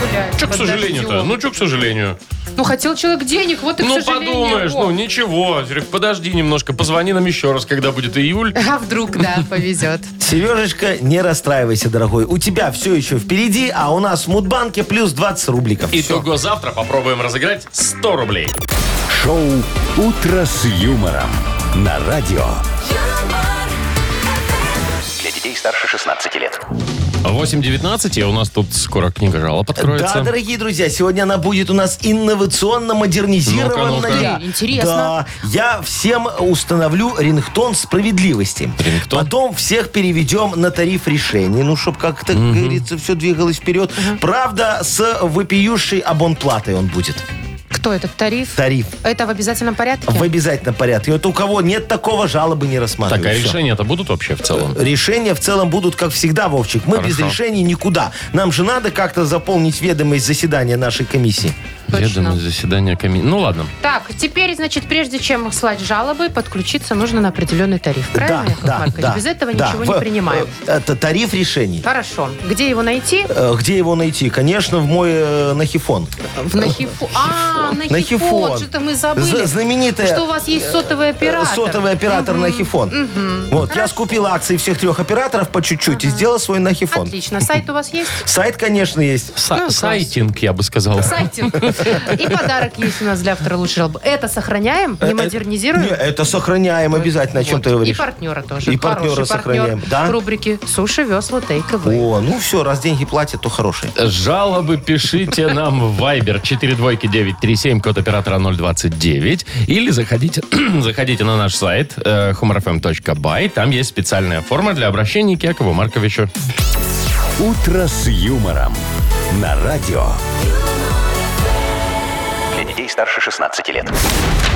Speaker 2: гуляет.
Speaker 4: Че, к
Speaker 2: под
Speaker 4: сожалению-то?
Speaker 2: дождем.
Speaker 4: Ну, че, к сожалению?
Speaker 2: Ну, хотел человек денег, вот и, к
Speaker 4: ну,
Speaker 2: сожалению,
Speaker 4: подумаешь,
Speaker 2: вот.
Speaker 4: ну, ничего. Серег, подожди немножко, позвони нам еще раз, когда будет июль.
Speaker 2: А вдруг, да, повезет.
Speaker 3: Сережечка, не расстраивайся, дорогой. У тебя все еще впереди, а у нас в Мудбанке плюс 20 рубликов.
Speaker 4: Итого завтра попробуем разыграть 100 рублей.
Speaker 1: Шоу «Утро с юмором» на радио.
Speaker 5: Для детей старше 16 лет.
Speaker 4: 8.19, и у нас тут скоро книга жалоб откроется.
Speaker 3: Да, дорогие друзья, сегодня она будет у нас инновационно модернизированная.
Speaker 4: Ну-ка, ну-ка.
Speaker 2: Блин, интересно.
Speaker 3: Да, я всем установлю рингтон справедливости.
Speaker 4: Рингтон?
Speaker 3: Потом всех переведем на тариф решений, ну, чтобы, как то говорится, все двигалось вперед. Правда, с вопиющей абонплатой он будет.
Speaker 2: Кто этот тариф?
Speaker 3: Тариф.
Speaker 2: Это в обязательном порядке?
Speaker 3: В обязательном порядке. Вот у кого нет такого, жалобы не рассматривают.
Speaker 4: Так, а
Speaker 3: Всё. Э,
Speaker 4: решения-то будут вообще в целом?
Speaker 3: Решения в целом будут, как всегда, Вовчик. Мы без
Speaker 4: Хорошо.
Speaker 3: решений никуда. Нам же надо как-то заполнить ведомость заседания нашей комиссии.
Speaker 2: Точно.
Speaker 4: Ведомость заседания комиссии. Ну, ладно.
Speaker 2: Так, теперь, значит, прежде чем слать жалобы, подключиться нужно на определенный тариф. Правильно, Яков Маркович? Без этого
Speaker 3: да.
Speaker 2: ничего
Speaker 3: В-
Speaker 2: не принимаем.
Speaker 3: э, Это тариф решений.
Speaker 2: Хорошо. Где его найти?
Speaker 3: Э, Где его найти? Конечно, в мой э, нахифон.
Speaker 2: В Нахифу. А, Нахифон.
Speaker 3: Нахифон.
Speaker 2: Что-то мы забыли.
Speaker 3: З- знаменитая,
Speaker 2: Что у вас есть сотовый
Speaker 3: Э,
Speaker 2: оператор.
Speaker 3: Сотовый оператор нахифон. Вот, я скупил акции всех трех операторов по чуть-чуть и сделал свой нахифон.
Speaker 2: Отлично. Сайт у вас есть?
Speaker 3: Сайт, конечно, есть.
Speaker 4: Са- сайтинг, я бы сказал.
Speaker 2: Сайтинг. И подарок есть у нас для автора лучшей жалобы. Это сохраняем, не
Speaker 3: Э, Не,
Speaker 2: модернизируем.
Speaker 3: это сохраняем обязательно, о чем
Speaker 2: Вот.
Speaker 3: ты говоришь.
Speaker 2: И партнера тоже.
Speaker 3: И партнера
Speaker 2: Хороший
Speaker 3: сохраняем,
Speaker 2: партнер
Speaker 3: да?
Speaker 2: в рубрике «Суши, весла, тейк away».
Speaker 3: О, ну все, раз деньги платят, то хорошие.
Speaker 4: Жалобы пишите нам в Viber 42937, код оператора 029. Или заходите, заходите на наш сайт э, humorfm.by. Там есть специальная форма для обращения к Якову Марковичу.
Speaker 1: «Утро с юмором» на радио.
Speaker 5: Для детей старше 16 лет.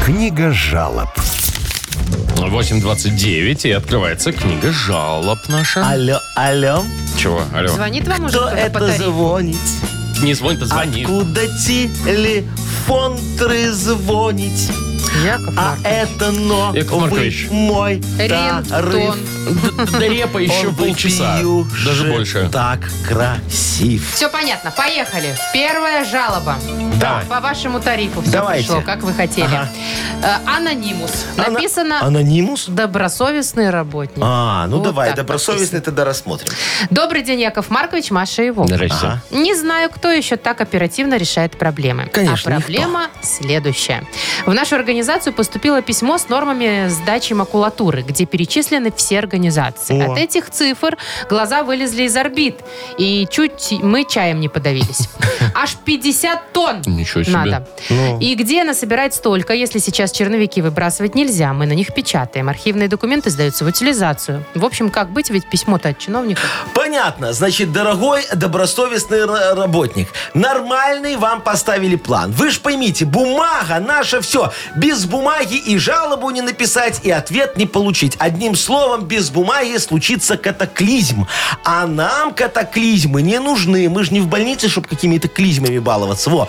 Speaker 1: Книга жалоб.
Speaker 4: 8.29, и открывается книга жалоб наша.
Speaker 3: Алло, алло,
Speaker 4: Чего? Алло.
Speaker 2: Звонит вам уже
Speaker 3: кто
Speaker 2: кто-то по
Speaker 3: это
Speaker 2: тарифу?
Speaker 3: звонит?
Speaker 4: Не звонит, а звонит.
Speaker 3: Откуда телефон трезвонит?
Speaker 2: Яков
Speaker 3: А это но,
Speaker 4: Яков Маркович.
Speaker 3: вы мой тариф.
Speaker 2: Рингтон.
Speaker 4: Да репа еще
Speaker 3: Он
Speaker 4: полчаса.
Speaker 3: вопиюще
Speaker 4: Даже больше.
Speaker 3: Так красив.
Speaker 2: Все понятно, поехали. Первая жалоба.
Speaker 4: Давай.
Speaker 2: По вашему тарифу все
Speaker 3: Давайте.
Speaker 2: пришло, как вы хотели.
Speaker 3: Ага.
Speaker 2: Э, Анонимус.
Speaker 3: Ана-
Speaker 2: Написано
Speaker 3: Анонимус?
Speaker 2: добросовестный работник.
Speaker 3: А, ну
Speaker 2: Вот
Speaker 3: давай,
Speaker 2: так
Speaker 3: добросовестный тогда рассмотрим.
Speaker 2: Добрый день, Яков Маркович, Маша и Вова.
Speaker 4: Здрасте.
Speaker 3: Ага.
Speaker 2: Не знаю, кто еще так оперативно решает проблемы.
Speaker 3: Конечно,
Speaker 2: а проблема следующая. В нашу организацию поступило письмо с нормами сдачи макулатуры, где перечислены все организации.
Speaker 3: О.
Speaker 2: От этих цифр глаза вылезли из орбит, и чуть мы чаем не подавились. Аж 50 тонн
Speaker 4: Ничего себе. Ну.
Speaker 2: надо. И где она собирает столько, если сейчас черновики выбрасывать нельзя, мы на них печатаем. Архивные документы сдаются в утилизацию. В общем, как быть, ведь письмо-то от чиновников.
Speaker 3: Понятно. Значит, дорогой добросовестный р- работник, нормальный вам поставили план. Вы ж поймите, бумага наша все. Без бумаги и жалобу не написать, и ответ не получить. Одним словом, без бумаги случится катаклизм. А нам катаклизмы не нужны. Мы же не в больнице, чтобы какими-то клизмами баловаться. Во.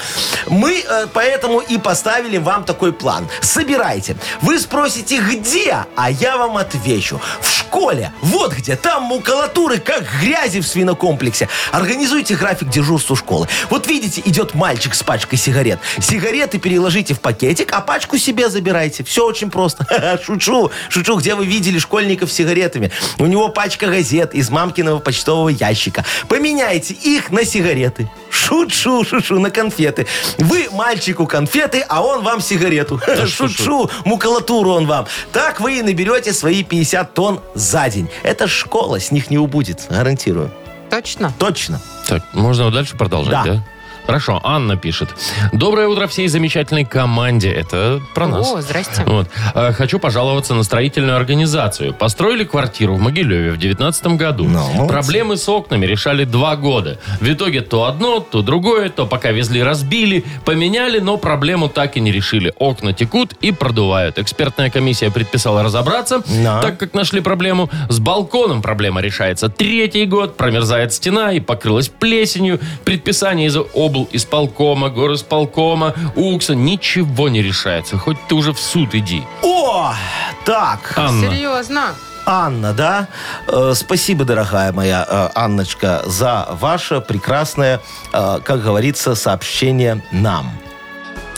Speaker 3: Мы э, поэтому и поставили вам такой план. Собирайте. Вы спросите, где? А я вам отвечу. В школе. Вот где. Там макулатуры, как грязи в свинокомплексе. Организуйте график дежурства школы. Вот видите, идет мальчик с пачкой сигарет. Сигареты переложите в пакетик, а пачку себе забирайте. Все очень просто. Шучу. Шучу, где вы видели школьников с сигаретами. У него пачка газет из мамкиного почтового ящика. Поменяйте их на сигареты. Шучу, шучу, на конфеты. Вы мальчику конфеты, а он вам сигарету. Шучу, макулатуру он вам. Так вы и наберете свои 50 тонн за день. Это школа, с них не убудет, гарантирую.
Speaker 2: Точно?
Speaker 3: Точно.
Speaker 4: Так, можно дальше продолжать, да?
Speaker 3: Да.
Speaker 4: Хорошо, Анна пишет. Доброе утро всей замечательной команде. Это про нас.
Speaker 2: О, здрасте.
Speaker 4: Вот. Э, Хочу пожаловаться на строительную организацию. Построили квартиру в Могилеве в 2019 году.
Speaker 3: Ну, молодцы.
Speaker 4: Проблемы с окнами решали два года. В итоге то одно, то другое, то пока везли, разбили, поменяли, но проблему так и не решили. Окна текут и продувают. Экспертная комиссия предписала разобраться,
Speaker 3: Да.
Speaker 4: так как нашли проблему. С балконом проблема решается третий год, промерзает стена и покрылась плесенью. Предписание из обл исполкома, горосполкома, укса, ничего не решается. Хоть ты уже в суд иди.
Speaker 3: О, так.
Speaker 2: А,
Speaker 4: Анна,
Speaker 2: Серьезно?
Speaker 3: Анна, да? Э, спасибо, дорогая моя э, Анночка, за ваше прекрасное, э, как говорится, сообщение нам.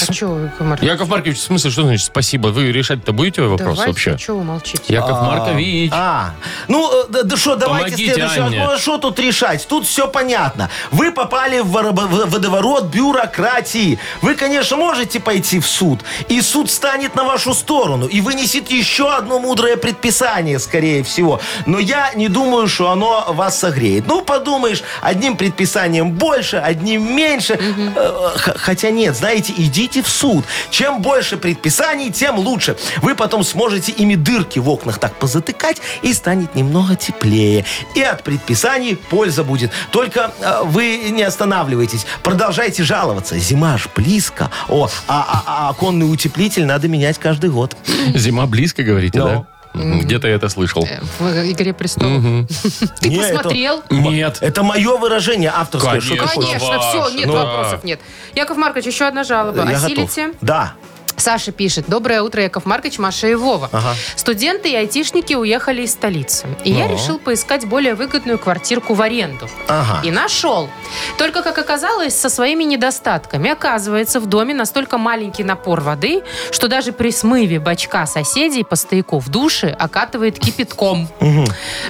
Speaker 2: А чё вы, Яков
Speaker 4: Яков Маркович, в смысле, что значит спасибо? Вы решать-то будете вопрос вообще?
Speaker 2: Чего вы молчите?
Speaker 4: Яков Маркович.
Speaker 3: А, ну, э, да- да что, давайте
Speaker 4: Помогите
Speaker 3: следующий
Speaker 4: Анне.
Speaker 3: вопрос. Ну, а что тут решать? Тут все понятно. Вы попали в воробо- в водоворот бюрократии. Вы, конечно, можете пойти в суд, и суд станет на вашу сторону, и вынесет еще одно мудрое предписание, скорее всего. Но я не думаю, что оно вас согреет. Ну, подумаешь, одним предписанием больше, одним меньше. Э, х- Хотя нет, знаете, идите в суд. Чем больше предписаний, тем лучше. Вы потом сможете ими дырки в окнах так позатыкать, и станет немного теплее. И от предписаний польза будет. Только э, вы не останавливайтесь. Продолжайте жаловаться. Зима ж близко. О, а, а- а оконный утеплитель надо менять каждый год.
Speaker 4: Зима близко, говорите, да? Мгм, Где-то я это слышал.
Speaker 2: Э, В «Игре престолов». Ты
Speaker 3: Не, это-
Speaker 2: посмотрел?
Speaker 4: Нет.
Speaker 3: Это мое выражение авторское. Что
Speaker 4: Конечно.
Speaker 3: такое?
Speaker 2: Конечно, все,
Speaker 4: ваше,
Speaker 2: нет
Speaker 4: да.
Speaker 2: вопросов,
Speaker 4: а.
Speaker 2: нет. Яков Маркович, еще одна жалоба.
Speaker 3: Я готов.
Speaker 2: Осилите?
Speaker 3: Да.
Speaker 2: Саша пишет. Доброе утро, Яков Маркович, Маша и Вова.
Speaker 3: Ага. Ну.
Speaker 2: Студенты и айтишники уехали из столицы. И я решил поискать более выгодную квартирку в аренду.
Speaker 3: Ага.
Speaker 2: И нашел. Только, как оказалось, со своими недостатками. Оказывается, в доме настолько маленький напор воды, что даже при смыве бачка соседей по стояку в душе окатывает кипятком.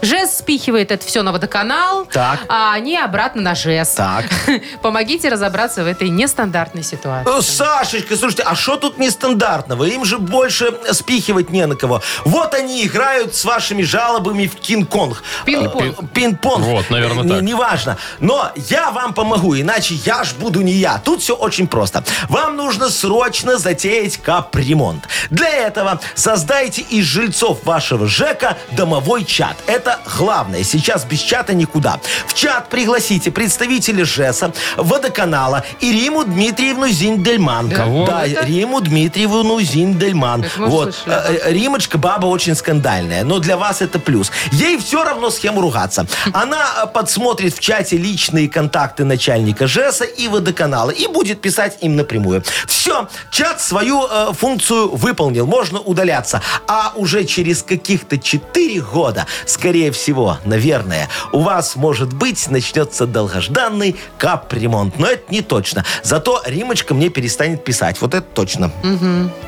Speaker 2: Жест спихивает это все на водоканал,
Speaker 3: Так.
Speaker 2: а они обратно на жест.
Speaker 3: Так.
Speaker 2: Помогите разобраться в этой нестандартной ситуации.
Speaker 3: Э, Сашечка, слушайте, а что тут нестандартного? Им же больше спихивать не на кого. Вот они играют с вашими жалобами в Кинг-Конг.
Speaker 2: Пинг-понг.
Speaker 3: Э, Пинг-понг.
Speaker 4: Вот, наверное,
Speaker 3: Э,
Speaker 4: так.
Speaker 3: не- Неважно. Но я вам помогу, иначе я ж буду не я. Тут все очень просто. Вам нужно срочно затеять капремонт. Для этого создайте из жильцов вашего ЖЭКа домовой чат. Это главное. Сейчас без чата никуда. В чат пригласите представителя ЖЭСа, водоканала и Риму Дмитриевну Зиндельман.
Speaker 4: Кого?
Speaker 3: Да,
Speaker 2: Это?
Speaker 3: Риму Дмитриевну Зиндельман.
Speaker 2: Это мы
Speaker 3: Вот.
Speaker 2: услышали.
Speaker 3: Э, э, Римочка баба очень скандальная, но для вас это плюс. Ей все равно с кем ругаться. Она э, подсмотрит в чате личные контакты начальника ЖЭСа и водоканала и будет писать им напрямую. Все, чат свою э, функцию выполнил, можно удаляться. А уже через каких-то 4 года, скорее всего, наверное, у вас, может быть, начнется долгожданный капремонт. Но это не точно. Зато Римочка мне перестанет писать. Вот это точно.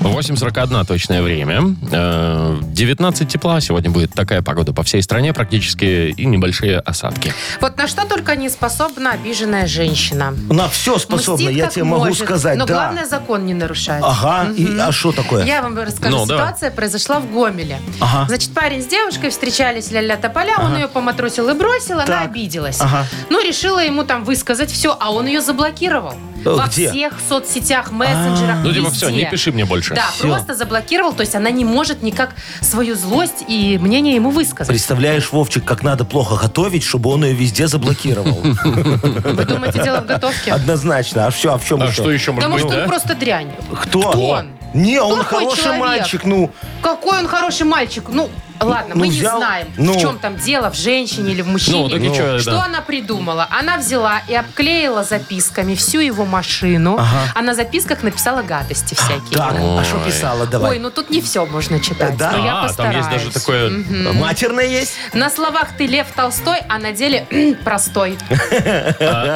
Speaker 4: 8.41 точное время. Э, 19 тепла. Сегодня будет такая погода по всей стране практически и небольшие осадки.
Speaker 2: Вот на что только не способна обиженная женщина.
Speaker 3: на все способна,
Speaker 2: Мстит
Speaker 3: я
Speaker 2: как
Speaker 3: тебе могу
Speaker 2: может,
Speaker 3: сказать,
Speaker 2: Но
Speaker 3: да.
Speaker 2: главное, закон не нарушает.
Speaker 3: Ага, и- а что такое?
Speaker 2: Я вам расскажу.
Speaker 4: Ну, давай.
Speaker 2: Ситуация произошла в Гомеле.
Speaker 3: Ага.
Speaker 2: Значит, парень с девушкой встречались ля-ля тополя, он ее поматросил и бросил, она
Speaker 3: Так.
Speaker 2: обиделась.
Speaker 3: Ага.
Speaker 2: Ну, решила ему там высказать все, а он ее заблокировал. Во
Speaker 3: Э, где? А.
Speaker 2: всех соцсетях, мессенджерах,
Speaker 4: Ну, типа,
Speaker 2: везде.
Speaker 4: все, не пиши мне больше.
Speaker 2: Да,
Speaker 3: Всё.
Speaker 2: просто заблокировал, то есть она не может никак свою злость и мнение ему высказать.
Speaker 3: Представляешь, Вовчик, как надо плохо готовить, чтобы он ее везде заблокировал.
Speaker 2: Вы думаете, дело в готовке?
Speaker 3: Однозначно. А все, а в чем
Speaker 4: А что еще может
Speaker 2: Потому
Speaker 4: быть,
Speaker 2: что
Speaker 4: да?
Speaker 2: он просто дрянь.
Speaker 3: Кто?
Speaker 2: Он.
Speaker 3: Не, он
Speaker 2: Плохой
Speaker 3: хороший
Speaker 2: человек.
Speaker 3: мальчик, ну.
Speaker 2: Какой он хороший мальчик. Ну, ладно,
Speaker 3: Ну,
Speaker 2: мы
Speaker 3: взял,
Speaker 2: не знаем,
Speaker 3: ну.
Speaker 2: в чем там дело, в женщине или в мужчине.
Speaker 4: Ну, так и чё,
Speaker 2: Что
Speaker 4: да.
Speaker 2: она придумала? Она взяла и обклеила записками всю его машину, а на записках написала гадости всякие.
Speaker 3: Так, а что
Speaker 4: Ой.
Speaker 3: писала?
Speaker 2: Ой,
Speaker 3: Давай.
Speaker 2: ну тут не все можно читать,
Speaker 3: Да?
Speaker 2: но я
Speaker 4: А, там
Speaker 2: постараюсь.
Speaker 4: есть даже такое...
Speaker 3: Матерная есть?
Speaker 2: На словах ты Лев Толстой, а на деле простой.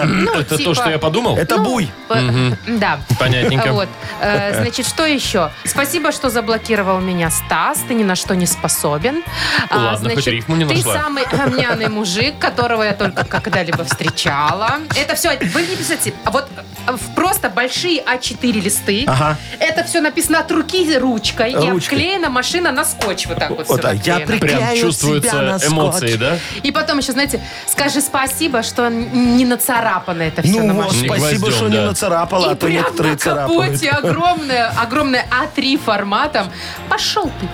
Speaker 2: Ну,
Speaker 4: Это то,
Speaker 2: типа-
Speaker 4: что я подумал?
Speaker 3: Это
Speaker 2: Ну,
Speaker 3: буй.
Speaker 2: п- Да.
Speaker 4: Понятненько.
Speaker 2: Вот. Э, Значит, что еще? Спасибо, что заблокировал меня, Стас. Ты ни на что не способен. Роман.
Speaker 4: Ладно, хоть рифму не
Speaker 2: ты
Speaker 4: нашла.
Speaker 2: самый омняный мужик, которого я только когда-либо встречала. Это все, вы не писайте, а вот э, в просто большие А4 листы.
Speaker 3: Ага.
Speaker 2: Это все написано от руки ручкой. И
Speaker 3: Ручкой.
Speaker 2: обклеена машина на скотч вот так вот. всё
Speaker 3: Вот так, я
Speaker 2: наклеено.
Speaker 3: прик-
Speaker 4: Прям
Speaker 3: Кидаю себя на
Speaker 4: чувствуются
Speaker 3: скотч.
Speaker 4: эмоции, да?
Speaker 2: И потом еще, знаете, скажи спасибо, что не нацарапано это все
Speaker 3: Ну
Speaker 2: на
Speaker 3: вот,
Speaker 2: машине.
Speaker 4: Не
Speaker 3: спасибо,
Speaker 4: гвоздем,
Speaker 3: что не
Speaker 4: да.
Speaker 3: нацарапала,
Speaker 2: И
Speaker 3: а то
Speaker 2: прям
Speaker 3: некоторые
Speaker 2: на
Speaker 3: царапают.
Speaker 2: капоте А огромное, огромное А3 форматом. Пошел ты.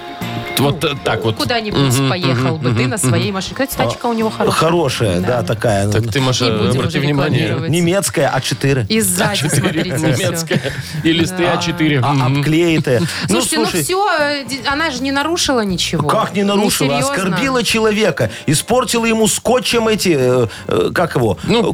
Speaker 4: Вот э, так вот.
Speaker 2: Куда-нибудь поехал бы ты на своей машине. Кстати, тачка у него хорошая.
Speaker 3: А, Хорошая, да, такая. ну,
Speaker 4: Так ты, Маша,
Speaker 2: Не будем
Speaker 4: обрати
Speaker 2: уже
Speaker 4: внимание.
Speaker 2: рекламировать.
Speaker 3: Немецкая а А4.
Speaker 2: И сзади, смотрите, всё.
Speaker 4: Немецкая. И листы А4.
Speaker 3: А-
Speaker 4: Мгм.
Speaker 3: Обклеитая. Ну,
Speaker 2: Слушайте, ну,
Speaker 3: слушай,
Speaker 2: все, она же не нарушила ничего.
Speaker 3: Как не нарушила,
Speaker 2: Несерьезно.
Speaker 3: оскорбила человека, испортила ему скотчем эти, э, э, как его,
Speaker 4: Ну,
Speaker 3: ну,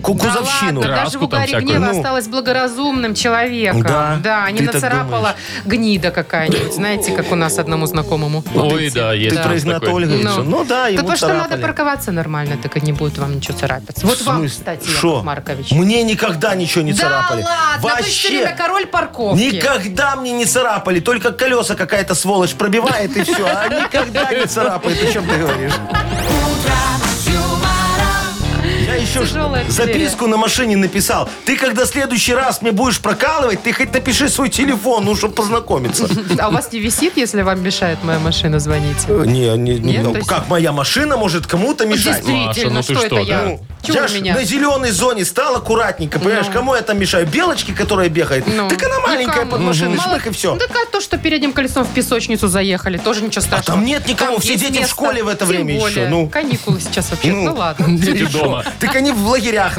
Speaker 2: Да ладно,
Speaker 3: кукузовщину.
Speaker 2: даже
Speaker 4: Краску
Speaker 2: в
Speaker 4: там
Speaker 2: угаре
Speaker 4: всякую.
Speaker 2: гнева
Speaker 3: Ну.
Speaker 2: осталась благоразумным человеком.
Speaker 3: Да,
Speaker 2: да не
Speaker 3: ты так
Speaker 2: нацарапала гнида какая-нибудь. Знаете, как у нас одному знакомому.
Speaker 4: Ой, да, есть.
Speaker 3: Ты
Speaker 4: у нас
Speaker 3: про
Speaker 4: такой.
Speaker 3: Игната Ольговича? Ну да,
Speaker 2: Да
Speaker 3: ему
Speaker 2: потому что надо
Speaker 3: царапали.
Speaker 2: парковаться нормально, так и не будет вам ничего царапаться. Вот
Speaker 3: В
Speaker 2: вам,
Speaker 3: смысле?
Speaker 2: кстати,
Speaker 3: Шо?
Speaker 2: Яков Маркович.
Speaker 3: Мне никогда ничего не
Speaker 2: да
Speaker 3: царапали.
Speaker 2: ладно, вы все время
Speaker 3: Вообще.
Speaker 2: король парковки.
Speaker 3: Никогда мне не царапали, только колеса какая-то сволочь пробивает и все, а никогда не царапает. О чем ты говоришь? Я еще ж
Speaker 2: Тяжелая
Speaker 3: записку на машине написал. Ты когда в следующий раз мне будешь прокалывать, ты хоть напиши свой телефон, ну, чтобы познакомиться.
Speaker 2: А у вас не висит, если вам мешает моя машина звонить?
Speaker 3: Э, Не, не, не,
Speaker 2: Нет,
Speaker 3: ну,
Speaker 2: то есть-
Speaker 3: как моя машина может кому-то мешать?
Speaker 4: Маша, ну ты
Speaker 2: что
Speaker 4: что,
Speaker 2: это
Speaker 4: да?
Speaker 2: я?
Speaker 3: Ну,
Speaker 2: Чего
Speaker 3: я
Speaker 2: вы
Speaker 3: ж
Speaker 2: меня?
Speaker 3: на зеленой зоне стал аккуратненько, понимаешь, кому я там мешаю? Белочке, которая бегает?
Speaker 2: Ну,
Speaker 3: так она маленькая
Speaker 2: никому.
Speaker 3: под машиной,
Speaker 2: Мало-
Speaker 3: шмых и все.
Speaker 2: Ну, так а то, что передним колесом в песочницу заехали, тоже ничего страшного.
Speaker 3: А там нет никого, все
Speaker 2: есть
Speaker 3: дети в школе в это
Speaker 2: Тем
Speaker 3: время еще,
Speaker 2: более,
Speaker 3: ну.
Speaker 2: Каникулы сейчас вообще, ну,
Speaker 3: Ну.
Speaker 2: ладно.
Speaker 4: Дети дома.
Speaker 3: Так они в лагерях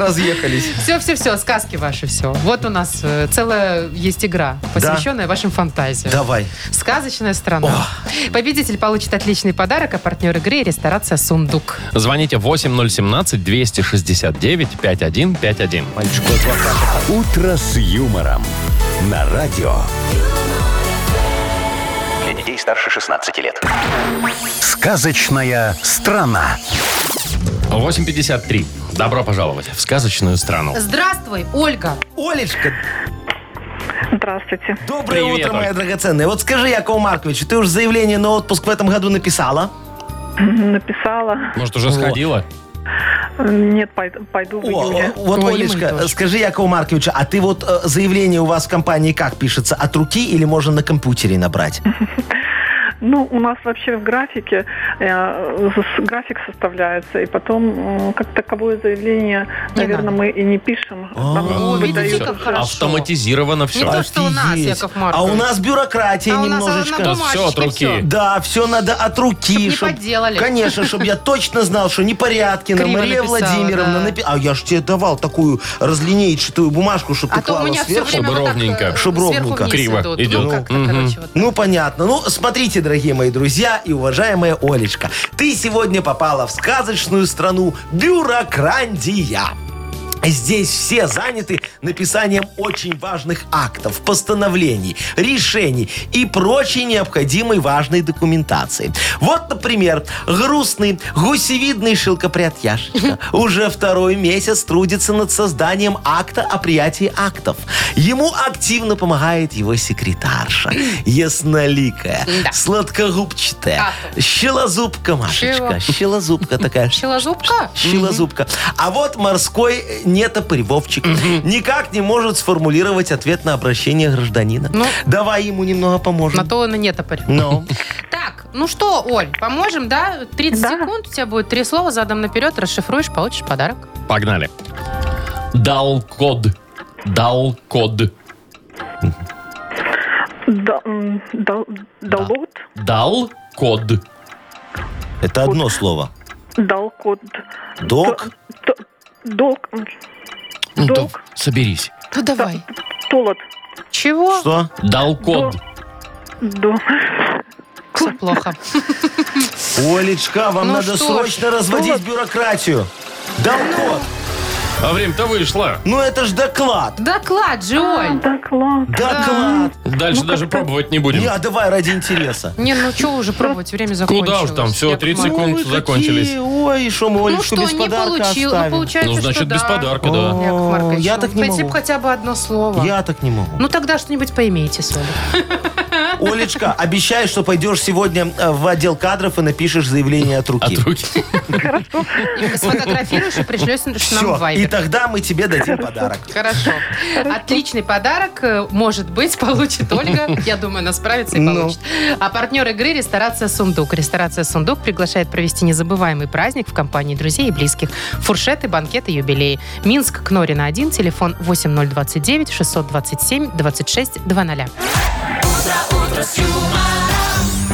Speaker 3: разъехались.
Speaker 2: Все-все-все, сказки ваши, все. Вот у нас э, целая есть игра, посвященная вашим фантазиям.
Speaker 3: Давай.
Speaker 2: Сказочная страна. Победитель получит отличный подарок, а партнер игры – ресторация «Сундук».
Speaker 4: Звоните 8017-269-5151.
Speaker 1: «Утро с юмором» на радио.
Speaker 5: Для детей старше 16 лет.
Speaker 1: Сказочная страна.
Speaker 4: 8.53. Добро пожаловать в сказочную страну.
Speaker 2: Здравствуй, Ольга.
Speaker 3: Олечка,
Speaker 9: Здравствуйте.
Speaker 3: доброе
Speaker 4: Привет,
Speaker 3: утро,
Speaker 4: Оль.
Speaker 3: моя драгоценная. Вот скажи, Якову Марковичу, ты уже заявление на отпуск в этом году написала?
Speaker 9: Написала.
Speaker 4: Может, уже сходила?
Speaker 9: Нет, пойду, пойду в
Speaker 3: О, э,
Speaker 9: июне.
Speaker 3: вот,
Speaker 2: Ой, мои
Speaker 3: Олечка,
Speaker 2: тоже.
Speaker 3: скажи, Якову Марковичу, а ты вот э, заявление у вас в компании как пишется? От руки или можно на компьютере набрать?
Speaker 9: Ну, у нас вообще в графике э, с- график составляется, и потом м, как таковое заявление,
Speaker 2: Не
Speaker 9: наверное,
Speaker 2: надо. А?
Speaker 9: мы и не пишем. Нам
Speaker 4: А,
Speaker 2: О, видите,
Speaker 9: выдают
Speaker 2: как
Speaker 9: уже.
Speaker 2: хорошо.
Speaker 4: Автоматизировано все.
Speaker 2: Не то, что у нас,
Speaker 3: Офигеть.
Speaker 2: Яков Маркович.
Speaker 3: А у нас бюрократия
Speaker 2: А у нас
Speaker 3: немножечко.
Speaker 2: она на
Speaker 4: Да всё от
Speaker 2: бумажечке,
Speaker 4: руки.
Speaker 3: Да, все надо от руки.
Speaker 2: Чтоб не А
Speaker 3: чтоб-
Speaker 2: подделали.
Speaker 3: Конечно, чтобы я точно знал, что непорядкина
Speaker 2: Криво
Speaker 3: Мария
Speaker 2: написала,
Speaker 3: Владимировна
Speaker 2: да.
Speaker 3: напи- А я ж тебе давал такую разлинейчатую бумажку, чтобы
Speaker 2: А
Speaker 3: ты
Speaker 2: то у
Speaker 3: клала
Speaker 2: меня все
Speaker 3: сверху.
Speaker 2: время
Speaker 4: Чтобы
Speaker 2: вот так, э,
Speaker 4: ровненько.
Speaker 3: Чтоб
Speaker 2: сверху
Speaker 3: ровненько.
Speaker 2: вниз
Speaker 4: Криво
Speaker 2: идут.
Speaker 4: идет.
Speaker 2: Ну, как-то,
Speaker 4: Мгм.
Speaker 2: короче, вот.
Speaker 3: Ну, понятно. Ну, смотрите, дорогие мои друзья и уважаемая Олечка, ты сегодня попала в сказочную страну бюрокрандия. Здесь все заняты написанием очень важных актов, постановлений, решений и прочей необходимой важной документации. Вот, например, грустный гусевидный шелкопряд Яшечка уже второй месяц трудится над созданием акта о приятии актов. Ему активно помогает его секретарша, ясноликая, сладкогубчатая, щелозубка Машечка, щелозубка такая,
Speaker 2: Пчеложубка?
Speaker 3: Щелозубка. А вот морской нетопырь Вовчик никак не может сформулировать ответ на обращение гражданина.
Speaker 2: Ну.
Speaker 3: Давай ему немного
Speaker 2: На
Speaker 3: поможем.
Speaker 2: то он и не топорь.
Speaker 3: Ну.
Speaker 2: Так, ну что, Оль, поможем, да? 30
Speaker 9: Да.
Speaker 2: секунд, у тебя будет три слова задом наперед, расшифруешь, получишь подарок.
Speaker 4: Погнали. Дал код. Дал код.
Speaker 9: Да, м, дол- Долот,
Speaker 4: Дал код.
Speaker 3: Это одно слово.
Speaker 9: долкот.
Speaker 3: Док.
Speaker 9: Т- т- Долг. м,
Speaker 4: Ну, то
Speaker 9: Долг.
Speaker 4: соберись.
Speaker 2: Ну давай.
Speaker 9: Толот.
Speaker 2: Чего?
Speaker 3: Что?
Speaker 4: Дал код.
Speaker 9: До.
Speaker 2: Все плохо.
Speaker 3: Олечка, вам
Speaker 2: Ну
Speaker 3: надо
Speaker 2: что
Speaker 3: срочно разводить бюрократию. Да вот.
Speaker 4: А время-то вышло.
Speaker 3: Ну это ж доклад.
Speaker 2: Доклад же,
Speaker 3: А.
Speaker 2: Оль.
Speaker 9: Доклад.
Speaker 3: Доклад.
Speaker 2: Ну,
Speaker 4: Дальше даже пробовать не будем. Ну,
Speaker 3: Не, а давай ради интереса.
Speaker 2: Не, ну что уже пробовать, время закончилось.
Speaker 4: Куда уж там, все,
Speaker 2: Яков
Speaker 4: 30
Speaker 2: Маркович.
Speaker 4: секунд
Speaker 3: Ой,
Speaker 4: закончились.
Speaker 3: какие, Ой, что мы
Speaker 2: Ну
Speaker 3: Олечку
Speaker 2: что,
Speaker 3: без
Speaker 2: не
Speaker 3: подарка
Speaker 2: получил, ну
Speaker 3: оставим?
Speaker 2: получается,
Speaker 4: Ну,
Speaker 2: что
Speaker 4: значит, без
Speaker 2: да.
Speaker 4: подарка, да.
Speaker 2: Яков
Speaker 3: О,
Speaker 2: Маркович,
Speaker 3: я
Speaker 2: ну,
Speaker 3: так не
Speaker 2: хотя бы
Speaker 3: могу.
Speaker 2: хотя бы одно слово.
Speaker 3: Я так не могу.
Speaker 2: Ну тогда что-нибудь поимейте, Соля.
Speaker 3: Олечка, обещаю, что пойдешь сегодня э, в отдел кадров и напишешь заявление от руки.
Speaker 4: От руки.
Speaker 2: Сфотографируешь и пришлешь нам в
Speaker 3: Все, и
Speaker 2: Viber.
Speaker 3: тогда мы тебе дадим подарок.
Speaker 2: Хорошо. Отличный подарок, э, может быть, получит Ольга. Я думаю, она справится и
Speaker 3: Ну.
Speaker 2: получит. А партнер игры «Ресторация Сундук». «Ресторация Сундук» приглашает провести незабываемый праздник в компании друзей и близких. Фуршеты, банкеты, юбилеи. Минск, Кнорина 1, телефон 8029 627 26 00.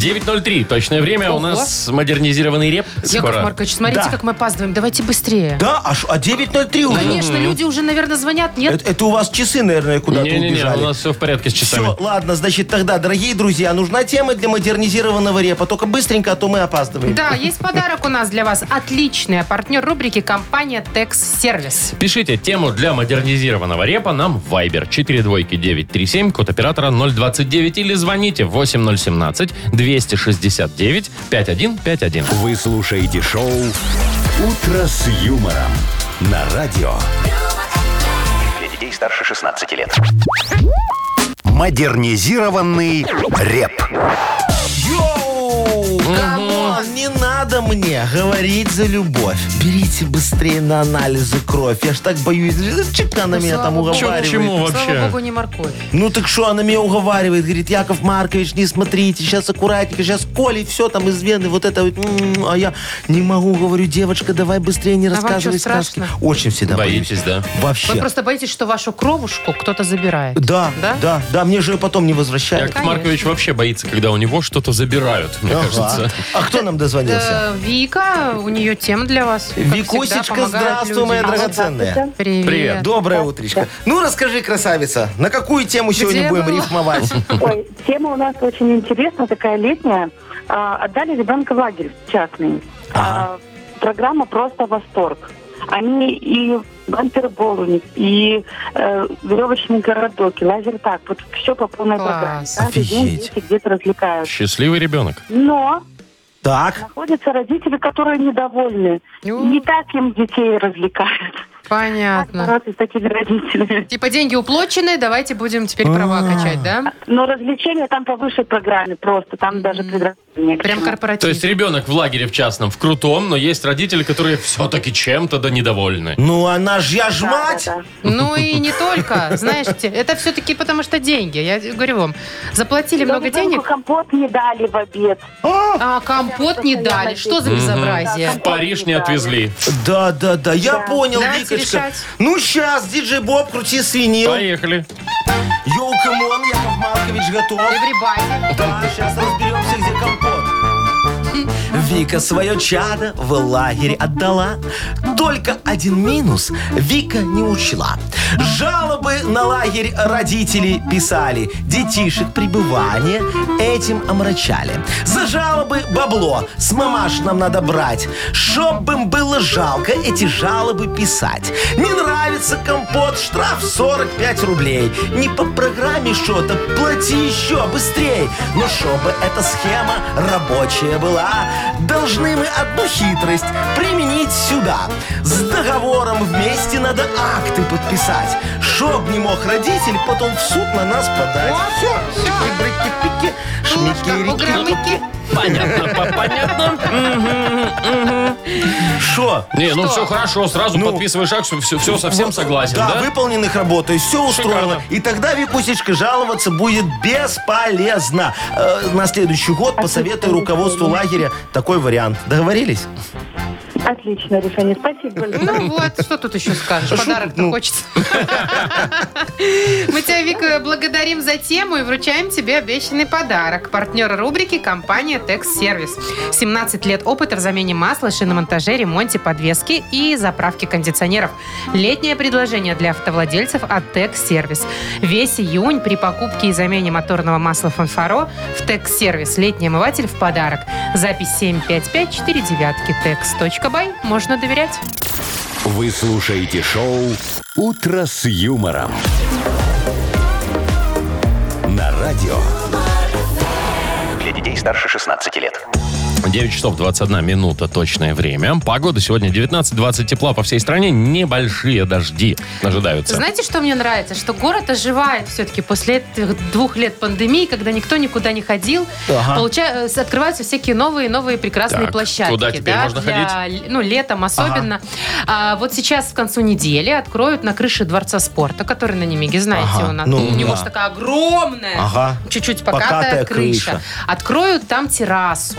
Speaker 4: 9.03. Точное время. У
Speaker 2: Ого.
Speaker 4: нас модернизированный реп.
Speaker 2: Яков
Speaker 4: Скоро.
Speaker 2: Маркович, смотрите,
Speaker 3: Да.
Speaker 2: как мы опаздываем. Давайте быстрее.
Speaker 3: Да, а, ш- а 9.03 уже?
Speaker 2: Конечно, люди уже, наверное, звонят. Нет?
Speaker 3: Это, это у вас часы, наверное, куда-то
Speaker 4: Не-не-не,
Speaker 3: убежали.
Speaker 4: у нас все в порядке с часами.
Speaker 3: Все, ладно, значит, тогда, дорогие друзья, нужна тема для модернизированного репа. Только быстренько, а то мы опаздываем.
Speaker 2: Да, есть подарок у нас для вас. Отличный А партнер рубрики компания Текс Сервис.
Speaker 4: Пишите тему для модернизированного репа нам в Viber 42937, код оператора 029 или звоните 8017 269 5151.
Speaker 1: Вы слушаете шоу «Утро с юмором» на радио.
Speaker 5: Для детей старше 16 лет.
Speaker 1: Модернизированный реп.
Speaker 3: Йоу, камон, не надо мне говорить за любовь. Берите быстрее на анализы кровь. Я ж так боюсь, чека она
Speaker 2: Ну,
Speaker 3: меня
Speaker 2: слава
Speaker 3: там
Speaker 2: богу.
Speaker 3: уговаривает.
Speaker 4: Чё, почему? Ну, вообще.
Speaker 2: Слава богу, не морковь.
Speaker 3: Ну так что, она меня уговаривает, говорит, Яков Маркович, не смотрите, сейчас аккуратненько, сейчас Коли, все там из вены, вот это вот, м, а я не могу, говорю, девочка, давай быстрее, не
Speaker 2: А вам
Speaker 3: рассказывай
Speaker 2: чё,
Speaker 3: сказки.
Speaker 2: страшно?
Speaker 3: Очень всегда боюсь.
Speaker 4: Боитесь, да?
Speaker 3: Вообще.
Speaker 2: Вы просто боитесь, что вашу кровушку кто-то забирает.
Speaker 3: Да, да,
Speaker 2: Да?
Speaker 3: да, мне же ее потом не возвращают.
Speaker 4: Яков Маркович вообще боится, когда у него что-то забирают, мне
Speaker 3: Ага.
Speaker 4: кажется.
Speaker 3: А кто нам дозвонился?
Speaker 2: Э, Вика, у нее тема для вас. Как всегда,
Speaker 3: Викусечка,
Speaker 2: помогают
Speaker 3: здравствуй,
Speaker 2: люди.
Speaker 3: моя драгоценная.
Speaker 2: Привет.
Speaker 4: Привет.
Speaker 3: Доброе утречко. Ну, расскажи, красавица, на какую тему сегодня будем
Speaker 2: была?
Speaker 3: рифмовать?
Speaker 10: Ой, тема у нас очень интересная, такая летняя. А, Отдали ребенка в лагерь в частный.
Speaker 3: Ага.
Speaker 10: А, Программа просто восторг. Они и бантербол у них, и э, веревочный городок, и лазертаг. Вот все по полной
Speaker 2: Класс.
Speaker 10: программе. Каждый день
Speaker 3: Офигеть.
Speaker 10: дети где-то развлекаются.
Speaker 4: Счастливый ребенок.
Speaker 10: Но
Speaker 3: Так,
Speaker 10: находятся родители, которые недовольны.
Speaker 2: Ну.
Speaker 10: Не так им детей развлекают. Как
Speaker 2: Понятно.
Speaker 10: бороться с такими родителями?
Speaker 2: Типа деньги уплочены, давайте будем теперь права
Speaker 4: А.
Speaker 2: качать, да?
Speaker 10: Но развлечения там по высшей программе просто. Там даже предрассудки.
Speaker 2: Прям корпоратив.
Speaker 4: То есть ребенок в лагере в частном, в крутом, но есть родители, которые все-таки чем-то да недовольны.
Speaker 3: ну она ж, я ж мать.
Speaker 2: Ну и не только. Знаешь, те- это все-таки потому что деньги. Я говорю вам, заплатили много денег,
Speaker 10: компот не дали в обед.
Speaker 2: а компот не дали. Что за безобразие?
Speaker 4: В Париж не отвезли.
Speaker 3: Да, да, да, я понял,
Speaker 2: Давайте
Speaker 3: Викочка.
Speaker 2: решать.
Speaker 3: Ну, сейчас, диджей Боб, крути свинил.
Speaker 4: Поехали.
Speaker 3: Йоу, камон, Яков Маркович готов.
Speaker 2: Эврибади.
Speaker 3: Да, сейчас разберемся, где компот. Вика свое чадо в лагерь отдала. Только один минус Вика не учла. Жалобы на лагерь родители писали. Детишек пребывание этим омрачали. За жалобы бабло с мамаш нам надо брать. Чтоб им было жалко эти жалобы писать. Не нравится компот, штраф 45 рублей. Не по программе что-то, плати еще быстрей. Но чтобы эта схема рабочая была, должны мы одну хитрость применить сюда. С договором вместе надо акты подписать, чтоб не мог родитель потом в суд на нас подать. Все, все, брики-пики, шмики-рики.
Speaker 2: Угромыки.
Speaker 4: Понятно, по- понятно.
Speaker 3: Шо?
Speaker 4: Не, ну все хорошо, сразу подписываешь акцию, все, все совсем согласен,
Speaker 3: да,
Speaker 4: да?
Speaker 3: выполненных работ, и все устроено.
Speaker 4: Шикарно.
Speaker 3: И тогда, Викусечка, жаловаться будет бесполезно. Э, на следующий год
Speaker 2: А
Speaker 3: посоветую руководству лагеря такой вариант. Договорились?
Speaker 10: Отличное решение. Спасибо большое.
Speaker 2: Ну вот, что тут еще скажешь? Подарок-то хочется. Мы тебя, Вика, благодарим за тему и вручаем тебе обещанный подарок. Партнер рубрики – компания «Текс Сервис». 17 лет опыта в замене масла, шиномонтаже, ремонте подвески и заправке кондиционеров. Летнее предложение для автовладельцев от «Текс Сервис». Весь июнь при покупке и замене моторного масла «Фанфаро» в «Текс Сервис» летний омыватель в подарок. Запись 75549 tex.by. Можно доверять.
Speaker 1: Вы слушаете шоу «Утро с юмором» радио.
Speaker 5: Для детей старше 16 лет.
Speaker 4: 9 часов 21 минута точное время. Погода сегодня 19-20 тепла по всей стране. Небольшие дожди ожидаются.
Speaker 2: Знаете, что мне нравится? Что город оживает все-таки после этих двух лет пандемии, когда никто никуда не ходил.
Speaker 4: Ага.
Speaker 2: Получа- э, открываются всякие новые и новые прекрасные
Speaker 4: Так,
Speaker 2: площадки.
Speaker 4: куда теперь
Speaker 2: да,
Speaker 4: можно
Speaker 2: для-
Speaker 4: ходить?
Speaker 2: Ну, летом особенно. А, вот сейчас в концу недели откроют на крыше Дворца спорта, который на Немиге, знаете,
Speaker 3: Ага.
Speaker 2: у нас.
Speaker 3: Ну,
Speaker 2: у него
Speaker 3: да.
Speaker 2: же такая огромная,
Speaker 3: Ага.
Speaker 2: чуть-чуть покатая,
Speaker 3: Покатая
Speaker 2: крыша.
Speaker 3: крыша.
Speaker 2: Откроют там террасу.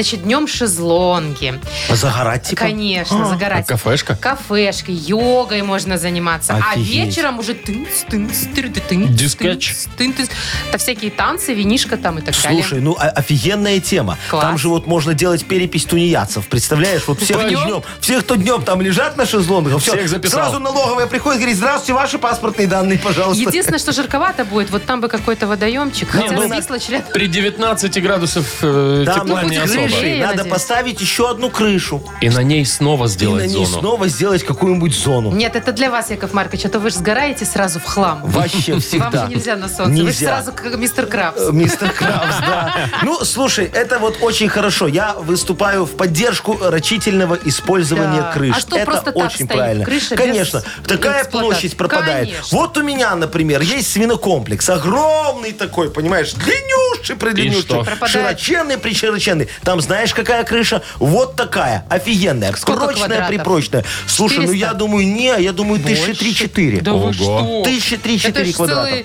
Speaker 2: Значит, днем шезлонги.
Speaker 3: Загорать типа?
Speaker 2: Конечно, загорать.
Speaker 4: А Кафешка?
Speaker 2: Кафешкой, йогой можно заниматься.
Speaker 3: Офигеть.
Speaker 2: А вечером уже тынц, тынц, тырды, тынц,
Speaker 4: Дискач.
Speaker 2: тынц, тынц, тынц. Это всякие танцы, винишка там и так далее.
Speaker 3: Слушай, ну о- офигенная тема.
Speaker 2: Класс.
Speaker 3: Там же вот можно делать перепись тунеядцев. Представляешь, вот всех
Speaker 4: Днем?
Speaker 3: днем, всех, кто днем там лежат на шезлонгах, все,
Speaker 4: Всех записал.
Speaker 3: сразу налоговая приходит, говорит, здравствуйте, ваши паспортные данные, пожалуйста.
Speaker 2: Единственное, что жарковато будет, вот там бы какой-то водоемчик.
Speaker 4: Не,
Speaker 2: Хотя
Speaker 4: ну,
Speaker 2: Вислоч рядом.
Speaker 4: При 19 градусов э,
Speaker 3: Там
Speaker 4: тепла
Speaker 3: над
Speaker 4: не
Speaker 2: будет
Speaker 4: особо.
Speaker 3: крышей
Speaker 2: Я
Speaker 3: надо
Speaker 2: надеюсь.
Speaker 3: поставить еще одну крышу.
Speaker 4: И на ней снова
Speaker 3: и
Speaker 4: сделать
Speaker 3: на ней
Speaker 4: зону.
Speaker 3: снова сделать какую-нибудь зону.
Speaker 2: Нет, это для вас, Яков Маркович, а то вы же сгораете сразу в хлам.
Speaker 3: Вообще всегда.
Speaker 2: Вам же нельзя на солнце. Вы же
Speaker 3: Нельзя.
Speaker 2: сразу как мистер Крабс.
Speaker 3: Э, Мистер Крабс, да. Ну, слушай, это вот очень хорошо. Я выступаю в поддержку рачительного использования
Speaker 2: Да.
Speaker 3: крыш.
Speaker 2: А что,
Speaker 3: это
Speaker 2: просто так
Speaker 3: очень
Speaker 2: стоит
Speaker 3: правильно.
Speaker 2: крыша без
Speaker 3: Конечно, такая
Speaker 2: эксплуатации?
Speaker 3: площадь пропадает.
Speaker 2: Конечно.
Speaker 3: Вот у меня, например, есть свинокомплекс. Огромный такой, понимаешь, длиннющий,
Speaker 4: И что?
Speaker 3: предлиннющий.
Speaker 2: Пропадает.
Speaker 3: Широченный, причероченный. Там знаешь, какая крыша? Вот такая. Офигенная.
Speaker 2: Сколько
Speaker 3: прочная,
Speaker 2: квадратов?
Speaker 3: припрочная. Слушай, ну
Speaker 2: 400?
Speaker 3: я думаю, не, я думаю, тысячи три-четыре.
Speaker 2: Да
Speaker 4: Ого.
Speaker 2: вы что?
Speaker 3: Тысячи три-четыре
Speaker 2: Это же
Speaker 3: квадрата.
Speaker 2: целые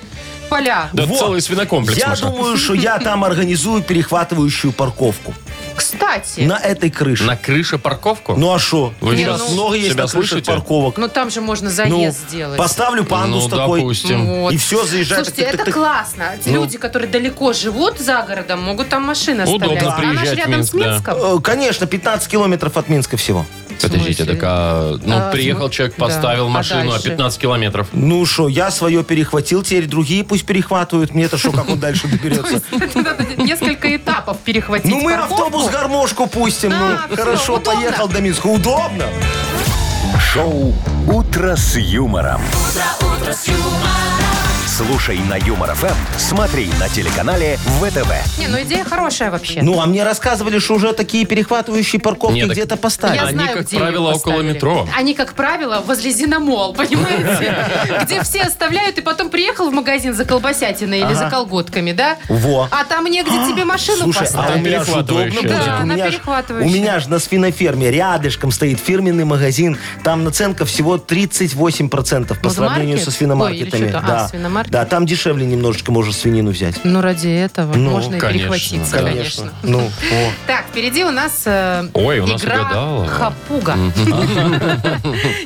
Speaker 2: поля.
Speaker 4: Да целый свинокомплекс,
Speaker 3: Я
Speaker 4: Маша.
Speaker 3: думаю, что я там организую перехватывающую парковку.
Speaker 2: Кстати,
Speaker 3: На этой крыше.
Speaker 4: На крыше парковку?
Speaker 3: Ну а что?
Speaker 4: Вы
Speaker 2: щас
Speaker 3: много есть
Speaker 4: себя
Speaker 3: на крышах
Speaker 4: слышите?
Speaker 3: парковок.
Speaker 2: ну там же можно
Speaker 3: Ну,
Speaker 2: заезд сделать.
Speaker 3: поставлю пандус
Speaker 4: Ну,
Speaker 3: такой.
Speaker 4: допустим.
Speaker 2: Вот.
Speaker 3: И все, заезжай.
Speaker 2: Слушайте, это
Speaker 3: Тык-тык-тык.
Speaker 2: классно. Люди, которые далеко живут за городом, могут там машины
Speaker 4: Удобно
Speaker 2: оставлять. Она же
Speaker 4: приезжать в
Speaker 2: рядом
Speaker 4: Минск,
Speaker 2: с Минском.
Speaker 3: Э, Конечно, 15 километров от Минска всего.
Speaker 4: Подождите,
Speaker 2: В смысле?
Speaker 4: так а, ну,
Speaker 2: А,
Speaker 4: приехал
Speaker 2: см-
Speaker 4: человек,
Speaker 2: да.
Speaker 4: поставил
Speaker 2: А
Speaker 4: машину, а
Speaker 2: дальше?
Speaker 4: 15 километров.
Speaker 3: Ну что, я свое перехватил, теперь другие пусть перехватывают. Мне-то что, как он дальше доберется?
Speaker 2: Тут надо несколько этапов перехватить.
Speaker 3: Ну мы
Speaker 2: парковку.
Speaker 3: автобус-гармошку пустим.
Speaker 2: Да,
Speaker 3: Ну
Speaker 2: всё,
Speaker 3: хорошо,
Speaker 2: удобно.
Speaker 3: поехал до Минска. Удобно.
Speaker 1: Шоу «Утро с юмором». Слушай на Юмор ФМ, смотри на телеканале ВТВ.
Speaker 2: Не, ну идея хорошая вообще.
Speaker 3: Ну а мне рассказывали, что уже такие перехватывающие парковки
Speaker 4: Не, так-
Speaker 3: где-то поставили.
Speaker 2: Я
Speaker 4: Они,
Speaker 2: знаю,
Speaker 4: как
Speaker 2: где ее
Speaker 4: правило, около
Speaker 2: поставили.
Speaker 4: метро.
Speaker 2: Они, как правило, возле Зиномол, понимаете? Где все оставляют, и потом приехал в магазин за колбасятиной или за колготками, да?
Speaker 3: Во.
Speaker 2: А там негде тебе машину
Speaker 3: Слушай, а у
Speaker 2: поставить.
Speaker 3: меня ж удобно
Speaker 4: перехватывающая.
Speaker 3: будет.
Speaker 2: Да,
Speaker 3: у,
Speaker 2: она
Speaker 3: меня ж,
Speaker 2: перехватывающая.
Speaker 3: у меня ж на свиноферме рядышком стоит фирменный магазин. Там наценка всего 38% по
Speaker 2: Ну, за
Speaker 3: сравнению
Speaker 2: маркет?
Speaker 3: со свиномаркетами.
Speaker 2: Ой, или что-то, а,
Speaker 3: да.
Speaker 2: свиномаркет.
Speaker 3: да, там дешевле немножечко можешь свинину взять.
Speaker 2: Ну, ради этого
Speaker 3: Ну,
Speaker 2: можно и
Speaker 4: конечно,
Speaker 2: перехватиться,
Speaker 4: да.
Speaker 2: конечно.
Speaker 3: Ну, о.
Speaker 2: Так, впереди у нас э,
Speaker 4: Ой, у нас
Speaker 2: игра
Speaker 4: угадалова.
Speaker 2: Хапуга.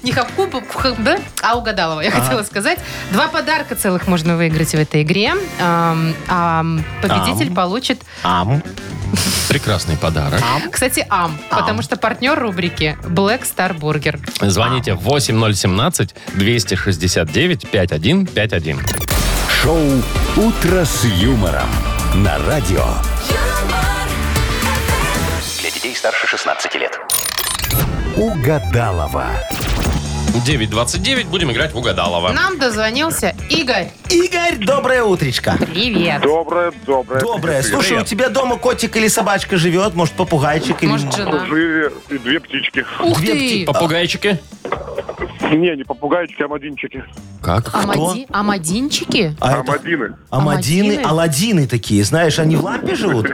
Speaker 2: Не Хапуга, ха- да? а угадалова, я хотела сказать. Два подарка целых можно выиграть в этой игре. Ам, ам, Победитель получит,
Speaker 3: Ам.
Speaker 4: Прекрасный подарок.
Speaker 2: кстати, ам, потому что партнер рубрики Black Star Burger.
Speaker 4: Звоните 8017-269-5151.
Speaker 1: Шоу «Утро с юмором» на радио.
Speaker 5: Для детей старше 16 лет.
Speaker 1: Угадалова.
Speaker 4: 9.29, будем играть в угадалово.
Speaker 2: Нам дозвонился Игорь.
Speaker 3: Игорь, доброе утречко.
Speaker 2: Привет.
Speaker 8: Доброе, доброе.
Speaker 3: Доброе. Слушай, у
Speaker 4: Привет.
Speaker 3: тебя дома котик или собачка живет? Может, попугайчик? или-
Speaker 2: Может, жена?
Speaker 8: Жили и две птички.
Speaker 2: Ух
Speaker 3: две
Speaker 2: ты!
Speaker 4: Попугайчики?
Speaker 8: Не, не попугайчики, а мадинчики.
Speaker 4: Как?
Speaker 2: Амади- Амадинчики?
Speaker 3: А это
Speaker 8: Амадины.
Speaker 3: амадины,
Speaker 2: Амадины?
Speaker 3: аладдины такие, знаешь, они в лампе живут?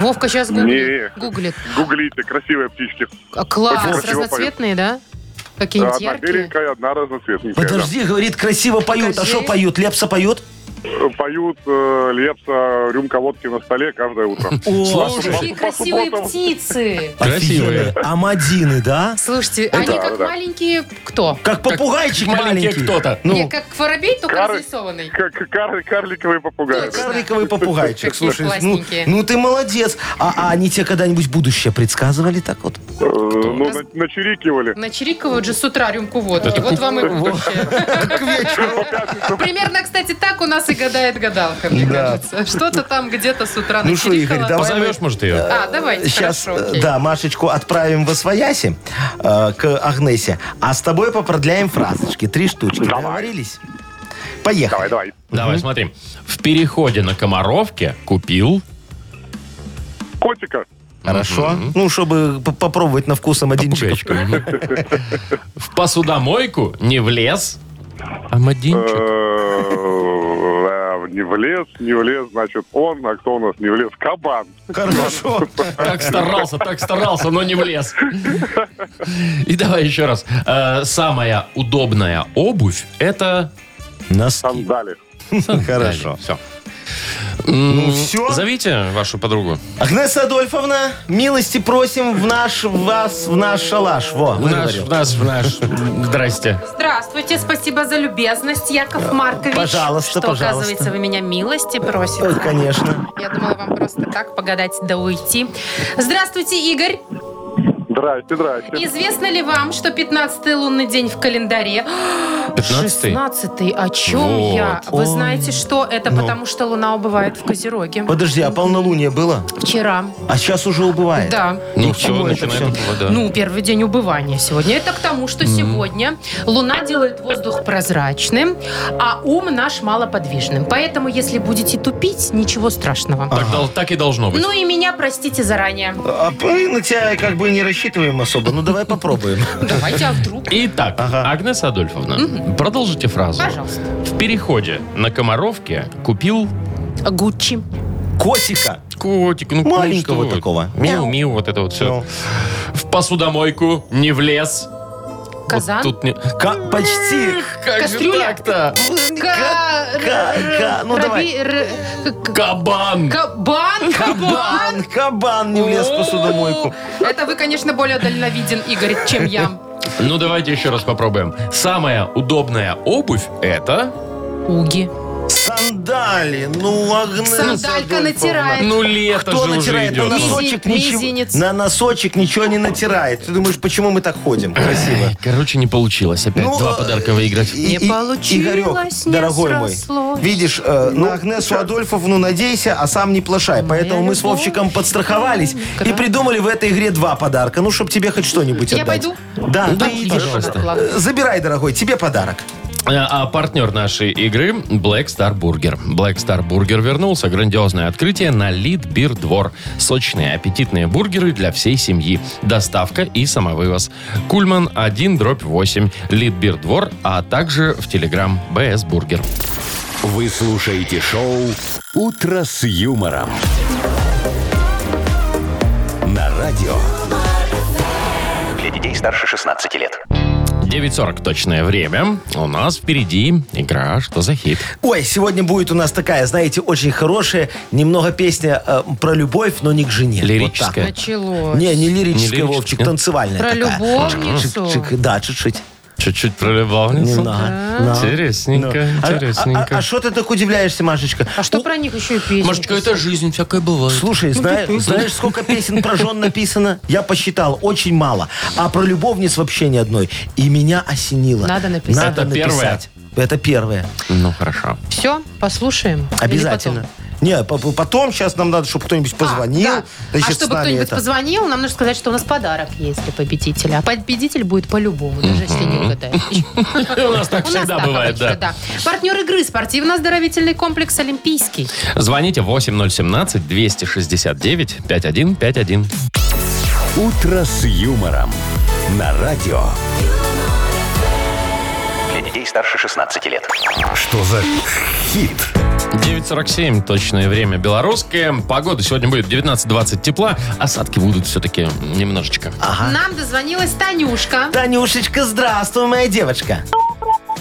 Speaker 2: Вовка сейчас гуглит.
Speaker 8: Не.
Speaker 2: гуглит.
Speaker 8: Гуглите, красивые птички.
Speaker 2: А, Класс,
Speaker 8: Очень красиво
Speaker 2: разноцветные, да? Какие-нибудь
Speaker 8: Одна
Speaker 2: яркие.
Speaker 8: беленькая, одна разноцветненькая. да.
Speaker 3: Подожди, говорит, красиво поют. А
Speaker 2: Покажи.
Speaker 3: что поют? Лепса поют?
Speaker 8: Поют э, Лепса рюмка водки на столе каждое утро.
Speaker 3: О,
Speaker 2: Какие красивые птицы!
Speaker 4: Красивые.
Speaker 3: Офигенные. Амадины, да?
Speaker 2: Слушайте, они как
Speaker 8: да.
Speaker 2: маленькие кто?
Speaker 3: Как попугайчик
Speaker 4: маленькие
Speaker 3: маленький.
Speaker 4: кто-то.
Speaker 3: Ну,
Speaker 2: Не, как воробей, только
Speaker 8: Кары-
Speaker 2: разрисованный.
Speaker 8: Как кар- карликовые попугаи.
Speaker 2: Точно.
Speaker 3: карликовый попугайчик.
Speaker 2: Какие
Speaker 3: Слушай, ну,
Speaker 2: классненькие.
Speaker 3: ну ты молодец. А, а они тебе когда-нибудь будущее предсказывали так вот?
Speaker 8: Э, Ну, на- начирикивали.
Speaker 2: Начерикивают же с утра рюмку водки. вот вам и будущее.
Speaker 3: К вечеру.
Speaker 2: Примерно, кстати, так у нас и гадает гадалка, мне
Speaker 3: Да.
Speaker 2: кажется. Что-то там где-то с утра
Speaker 3: Ну что,
Speaker 2: начирикала.
Speaker 3: Игорь, давай
Speaker 4: Позовешь, может, ее?
Speaker 2: А, давайте,
Speaker 3: Сейчас,
Speaker 2: хорошо, окей.
Speaker 3: э, да, Машечку отправим э, во свояси к Агнесе, а с тобой попродляем фразочки. Три штучки. Договорились? Поехали.
Speaker 8: Давай, давай.
Speaker 4: Давай, смотри. В переходе на Комаровке купил...
Speaker 8: Котика.
Speaker 3: Хорошо. Ну, чтобы п- попробовать на вкус амадинчиков.
Speaker 4: попугайчика. В посудомойку не влез... А
Speaker 8: Э, э, Не влез, не влез, значит, он, а кто у нас не влез? Кабан.
Speaker 3: Хорошо.
Speaker 4: Так старался, так старался, но не влез. И давай еще раз. Э, Самая удобная обувь это...
Speaker 3: Носки.
Speaker 8: Сандали.
Speaker 3: Хорошо.
Speaker 4: Все.
Speaker 3: Ну, все.
Speaker 4: Зовите вашу подругу.
Speaker 3: Агнеса Адольфовна, милости просим в наш, в вас, в наш шалаш. Во,
Speaker 4: В наш,
Speaker 3: выговорил.
Speaker 4: в наш, в наш. Здрасте.
Speaker 2: Здравствуйте, спасибо за любезность, Яков Маркович.
Speaker 3: пожалуйста,
Speaker 2: Что,
Speaker 3: пожалуйста.
Speaker 2: оказывается, вы меня милости просите.
Speaker 3: Ой, конечно.
Speaker 2: Я думала вам просто так погадать да уйти. Здравствуйте, Игорь.
Speaker 8: Здрасте, здрасте.
Speaker 2: Известно ли вам, что 15-й лунный день в календаре?
Speaker 4: 15-й?
Speaker 2: 16-й. О чем
Speaker 4: Вот.
Speaker 2: я? Вы знаете что? Это
Speaker 3: Ну.
Speaker 2: потому, что луна убывает в Козероге.
Speaker 3: Подожди, а полнолуние было?
Speaker 2: Вчера.
Speaker 3: А сейчас уже убывает.
Speaker 2: Да.
Speaker 4: Ну все,
Speaker 3: чего это
Speaker 4: начинает вода.
Speaker 2: Ну, первый день убывания сегодня. Это к тому, что сегодня Луна делает воздух прозрачным, а ум наш малоподвижным. Поэтому, если будете тупить, ничего страшного.
Speaker 4: так, дол- так и должно быть.
Speaker 2: Ну и меня простите заранее.
Speaker 3: А мы на тебя как бы не рассчитываем особо. Ну, давай попробуем.
Speaker 2: Давайте, а вдруг?
Speaker 4: Итак,
Speaker 3: Ага.
Speaker 4: Агнеса Адольфовна, продолжите фразу.
Speaker 2: Пожалуйста.
Speaker 4: В переходе на Комаровке купил
Speaker 2: Гуччи.
Speaker 3: Котика.
Speaker 4: котик, ну
Speaker 3: Маленького
Speaker 4: что вы.
Speaker 3: такого.
Speaker 4: Миу, миу, вот это вот все.
Speaker 3: Ну.
Speaker 4: В посудомойку не влез.
Speaker 2: Казан.
Speaker 4: Вот тут не...
Speaker 3: Ка- почти.
Speaker 4: Как
Speaker 2: Кастрюля.
Speaker 4: же так-то?
Speaker 2: Ка-
Speaker 3: ка- ка- ну,
Speaker 2: раби-
Speaker 3: давай.
Speaker 2: р- к- к-
Speaker 4: Кабан.
Speaker 2: Кабан, кабан.
Speaker 3: Кабан, кабан не влез в посудомойку.
Speaker 2: Это вы, конечно, более дальновиден, Игорь, чем я.
Speaker 4: Ну, давайте еще раз попробуем. Самая удобная обувь это...
Speaker 2: Уги.
Speaker 3: Сандали, ну, Агнеса
Speaker 2: Сандалька
Speaker 3: Адольфовна.
Speaker 2: натирает.
Speaker 4: Ну, лето
Speaker 3: Кто
Speaker 4: же уже
Speaker 3: натирает? На
Speaker 4: идет.
Speaker 2: Мизинец,
Speaker 3: носочек,
Speaker 2: мизинец.
Speaker 3: ничего, на носочек ничего не натирает. Ты думаешь, почему мы так ходим? Красиво.
Speaker 4: Ай, Короче, не получилось опять
Speaker 3: Ну,
Speaker 4: два
Speaker 3: э,
Speaker 4: подарка выиграть.
Speaker 3: И-
Speaker 2: Не
Speaker 3: и-
Speaker 2: получилось,
Speaker 3: Игорек,
Speaker 2: не
Speaker 3: дорогой мой,
Speaker 2: срослось.
Speaker 3: видишь, э, на Агнесу Адольфовну надейся, а сам не плашай. Поэтому мы с
Speaker 2: любовь.
Speaker 3: Вовчиком подстраховались и придумали в этой игре два подарка. Ну, чтобы тебе хоть что-нибудь
Speaker 2: Я
Speaker 3: отдать.
Speaker 2: пойду? Ну,
Speaker 3: Да,
Speaker 4: Да,
Speaker 3: ты идешь.
Speaker 4: пожалуйста.
Speaker 3: Э, Забирай, дорогой, тебе подарок.
Speaker 4: А а партнер нашей игры Black Star Burger. Black Star Burger вернулся. Грандиозное открытие на Лид Бир Двор. Сочные, аппетитные бургеры для всей семьи. Доставка и самовывоз. Кульман 1 дробь 8. Лид Бир Двор, а также в Телеграм БС Бургер.
Speaker 1: Вы слушаете шоу «Утро с юмором». На радио.
Speaker 5: Для детей старше 16 лет.
Speaker 4: 9.40 точное время. У нас впереди игра «Что за хит?».
Speaker 3: Ой, сегодня будет у нас такая, знаете, очень хорошая, немного песня э, про любовь, но не к жене. Вот
Speaker 4: Лирическая.
Speaker 3: так.
Speaker 2: Началось.
Speaker 3: Не, не
Speaker 4: Не
Speaker 3: лирическая,
Speaker 4: лирическая,
Speaker 3: Вовчик,
Speaker 4: нет?
Speaker 3: танцевальная
Speaker 2: Про
Speaker 3: такая.
Speaker 2: любовницу.
Speaker 3: Чик-чик, да, чуть-чуть.
Speaker 4: Чуть-чуть про любовницу.
Speaker 3: Немного. Ну Да.
Speaker 4: Интересненько,
Speaker 3: А- а-
Speaker 4: интересненько.
Speaker 3: А что ты так удивляешься, Машечка?
Speaker 2: А что
Speaker 3: У-
Speaker 2: про Ну, них еще и песня?
Speaker 4: Может, какая-то жизнь всякая бывает.
Speaker 3: Слушай, зна- знаешь, сколько песен про жен написано? Я посчитал, очень мало. А про любовниц вообще ни одной. И меня осенило.
Speaker 2: Надо написать.
Speaker 3: Надо
Speaker 4: Это первое?
Speaker 3: написать. Это первое.
Speaker 4: Ну, хорошо.
Speaker 2: Все, послушаем. Или
Speaker 3: Обязательно.
Speaker 2: потом?
Speaker 3: Не, по- по- потом сейчас нам надо, чтобы кто-нибудь позвонил.
Speaker 2: А, да.
Speaker 3: значит,
Speaker 2: а
Speaker 3: с
Speaker 2: чтобы
Speaker 3: нами
Speaker 2: кто-нибудь
Speaker 3: это.
Speaker 2: позвонил, нам нужно сказать, что у нас подарок есть для победителя. А победитель будет по-любому, даже если не угадаешь.
Speaker 4: У нас так
Speaker 2: У нас
Speaker 4: всегда
Speaker 2: так
Speaker 4: бывает,
Speaker 2: обычно,
Speaker 4: да.
Speaker 2: да. Партнер игры спортивно-оздоровительный комплекс «Олимпийский».
Speaker 4: Звоните 8017-269-5151.
Speaker 1: «Утро с юмором». На радио.
Speaker 5: Для детей старше 16 лет.
Speaker 1: Что за хит?
Speaker 4: 9.47, точное время белорусское. Погода сегодня будет 19-20 тепла. Осадки будут все-таки немножечко.
Speaker 3: А.
Speaker 2: Нам дозвонилась Танюшка.
Speaker 3: Танюшечка, здравствуй, моя девочка.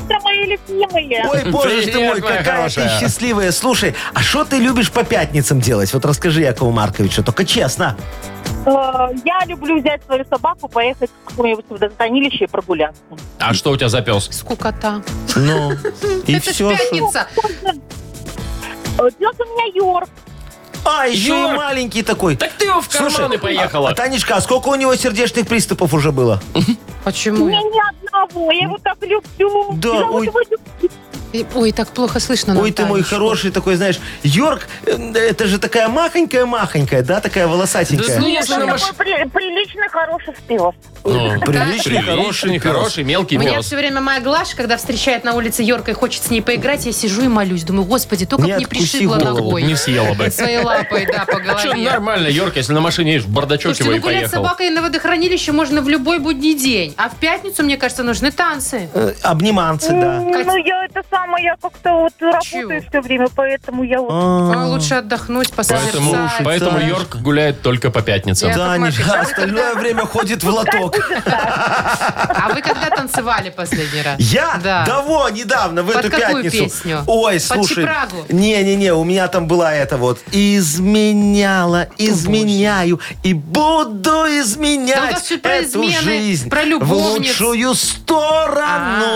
Speaker 10: Это мои любимые.
Speaker 3: Ой, боже ж ты
Speaker 4: Привет,
Speaker 3: мой,
Speaker 4: моя
Speaker 3: какая
Speaker 4: хорошая.
Speaker 3: ты счастливая. Слушай, а что ты любишь по пятницам делать? Вот расскажи, Якову Марковичу, только честно.
Speaker 10: Э, Я люблю взять свою собаку, поехать в какое-нибудь водохранилище и прогуляться.
Speaker 4: А что у тебя за пес?
Speaker 2: Скукота.
Speaker 3: Ну, и
Speaker 2: Это ж
Speaker 3: все.
Speaker 2: пятница.
Speaker 10: Э, Пес у меня Йорк.
Speaker 3: А, еще и
Speaker 4: Йорк.
Speaker 3: маленький такой.
Speaker 4: Так ты его в карманы поехала.
Speaker 3: А, Танечка, а сколько у него сердечных приступов уже было?
Speaker 10: У
Speaker 2: Почему?
Speaker 10: меня
Speaker 2: я-
Speaker 10: ни одного. Я его так люблю.
Speaker 3: Да,
Speaker 10: Я вот
Speaker 3: ой.
Speaker 10: его люблю.
Speaker 2: И- Ой, так плохо слышно нам
Speaker 3: Ой, ты мой
Speaker 2: Танечку.
Speaker 3: хороший такой, знаешь, Йорк, э, это же такая махонькая-махонькая, да, такая волосатенькая.
Speaker 4: Да ну, если на маш-
Speaker 10: Такой при- прилично хороший пес.
Speaker 4: Ну,
Speaker 3: Приличный, хороший пирог.
Speaker 4: нехороший, мелкий
Speaker 2: Меня
Speaker 4: пес.
Speaker 2: все время моя Глаша, когда встречает на улице Йорка и хочет с ней поиграть, я сижу и молюсь. Думаю, господи, только
Speaker 3: Не
Speaker 2: бы не
Speaker 3: откуси
Speaker 2: пришибла
Speaker 3: голову,
Speaker 2: ногой.
Speaker 4: Не съела бы.
Speaker 2: Своей лапой, да, по
Speaker 4: А Чё,
Speaker 2: голове.
Speaker 4: нормально, Йорк, если на машине едешь, в бардачок
Speaker 2: Слушайте,
Speaker 4: его
Speaker 2: ну
Speaker 4: и
Speaker 2: гулять с
Speaker 4: поехал.
Speaker 2: собакой на водохранилище можно в любой будний день. А в пятницу, мне кажется, нужны танцы.
Speaker 3: Э, Обниманцы, да.
Speaker 2: Кать-
Speaker 11: Ну, я это самое, я как-то вот работаю
Speaker 2: Чего?
Speaker 11: все время, поэтому я вот...
Speaker 2: А, лучше отдохнуть,
Speaker 4: Поэтому,
Speaker 2: посозерцать.
Speaker 4: поэтому Йорк гуляет только по пятницам.
Speaker 2: Я- Яков Маркович, а
Speaker 3: Танечка,
Speaker 2: вы
Speaker 3: остальное
Speaker 2: когда-
Speaker 3: время ходит в лоток.
Speaker 2: А вы когда танцевали последний раз?
Speaker 3: Я?
Speaker 2: Да.
Speaker 3: Да во, недавно, в
Speaker 2: Под
Speaker 3: эту
Speaker 2: какую
Speaker 3: пятницу.
Speaker 2: песню?
Speaker 3: Ой,
Speaker 2: Под
Speaker 3: слушай.
Speaker 2: Чепрагу?
Speaker 3: Не-не-не, у меня там была это вот. Изменяла, изменяю и буду
Speaker 2: Да у
Speaker 3: изменять
Speaker 2: вас чуть про
Speaker 3: эту
Speaker 2: измены,
Speaker 3: жизнь.
Speaker 2: про
Speaker 3: в
Speaker 2: любовниц.
Speaker 3: лучшую сторону.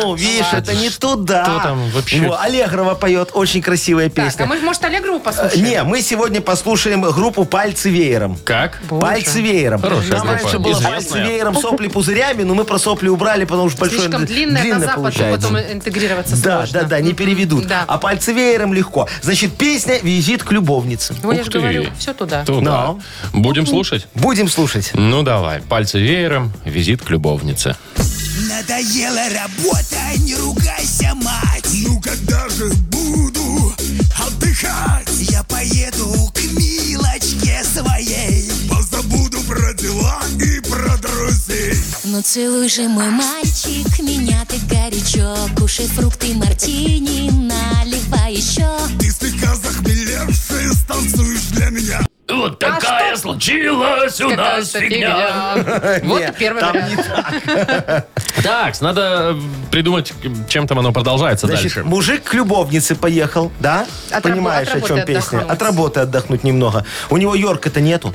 Speaker 2: А,
Speaker 3: Видишь, это не туда.
Speaker 4: Что там вообще?
Speaker 3: Во, Аллегрова поет, очень красивая
Speaker 2: Так, а
Speaker 3: песня.
Speaker 2: мы, может, Аллегрову
Speaker 3: Э,
Speaker 2: послушаем?
Speaker 3: Не, мы сегодня послушаем группу «Пальцы веером».
Speaker 4: Как?
Speaker 2: Боже.
Speaker 3: Пальцы веером.
Speaker 4: Хорошая
Speaker 3: Там
Speaker 4: группа,
Speaker 3: раньше было
Speaker 4: известная.
Speaker 3: пальцы веером, сопли пузырями, но мы про сопли убрали, потому что большое
Speaker 2: Слишком
Speaker 3: д-
Speaker 2: длинная, на Запад а
Speaker 3: получается.
Speaker 2: потом интегрироваться
Speaker 3: Да,
Speaker 2: сложно.
Speaker 3: да, да, не переведут.
Speaker 2: Да.
Speaker 3: А пальцы веером легко. Значит, песня «Визит к любовнице».
Speaker 2: Ну, я
Speaker 4: Ух
Speaker 2: же
Speaker 4: ты.
Speaker 2: говорю, все туда.
Speaker 4: Туда. Будем слушать?
Speaker 3: Будем слушать.
Speaker 4: Ну давай, пальцы веером, визит к любовнице.
Speaker 12: Надоела работа, не ругайся, мать Ну когда же буду отдыхать? Я поеду к милочке своей Позабуду про дела и про друзей
Speaker 13: Ну целуй же, мой мальчик, меня ты горячо Кушай фрукты, мартини, наливай еще
Speaker 12: Ты слегка захмелевший, станцуешь для меня
Speaker 4: Вот
Speaker 2: А
Speaker 4: такая случилась у
Speaker 2: Какая-то фигня. Вот и
Speaker 3: Нет,
Speaker 2: первый
Speaker 3: там
Speaker 2: вариант.
Speaker 3: не так.
Speaker 4: Так, надо э, придумать, чем там оно продолжается
Speaker 3: Значит,
Speaker 4: дальше.
Speaker 3: мужик к любовнице поехал, да?
Speaker 2: От
Speaker 3: Понимаешь,
Speaker 2: рабо- от
Speaker 3: о чем
Speaker 2: работы
Speaker 3: песня?
Speaker 2: отдохнуть.
Speaker 3: От работы отдохнуть немного. У него Йорка-то нету.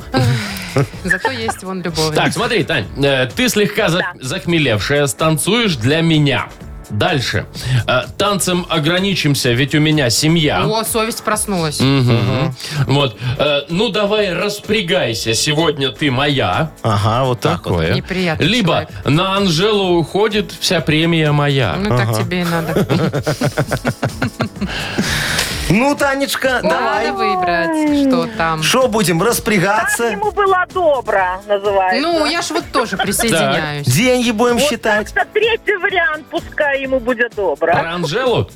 Speaker 2: Зато есть вон любовь.
Speaker 4: Так, смотри, Тань, э, ты слегка за- захмелевшая, станцуешь для меня. Дальше. Э, Танцем ограничимся, ведь у меня семья.
Speaker 2: О, совесть проснулась.
Speaker 4: Мгм. Вот. Э, Ну, давай распрягайся. Сегодня ты моя.
Speaker 3: Ага, вот так вот.
Speaker 4: Такое.
Speaker 2: Неприятный
Speaker 4: Либо на Анжелу уходит вся премия моя.
Speaker 2: Ну, так тебе и надо.
Speaker 3: Ну, Танечка,
Speaker 2: Надо
Speaker 3: давай.
Speaker 2: выбрать, что там.
Speaker 3: Что будем, распрягаться?
Speaker 11: Ему было добро, называется.
Speaker 2: Ну, я ж вот тоже присоединяюсь.
Speaker 3: Деньги будем
Speaker 11: Вот
Speaker 3: считать?
Speaker 11: так-то третий вариант, пускай ему будет добро.
Speaker 4: Про Анжелу?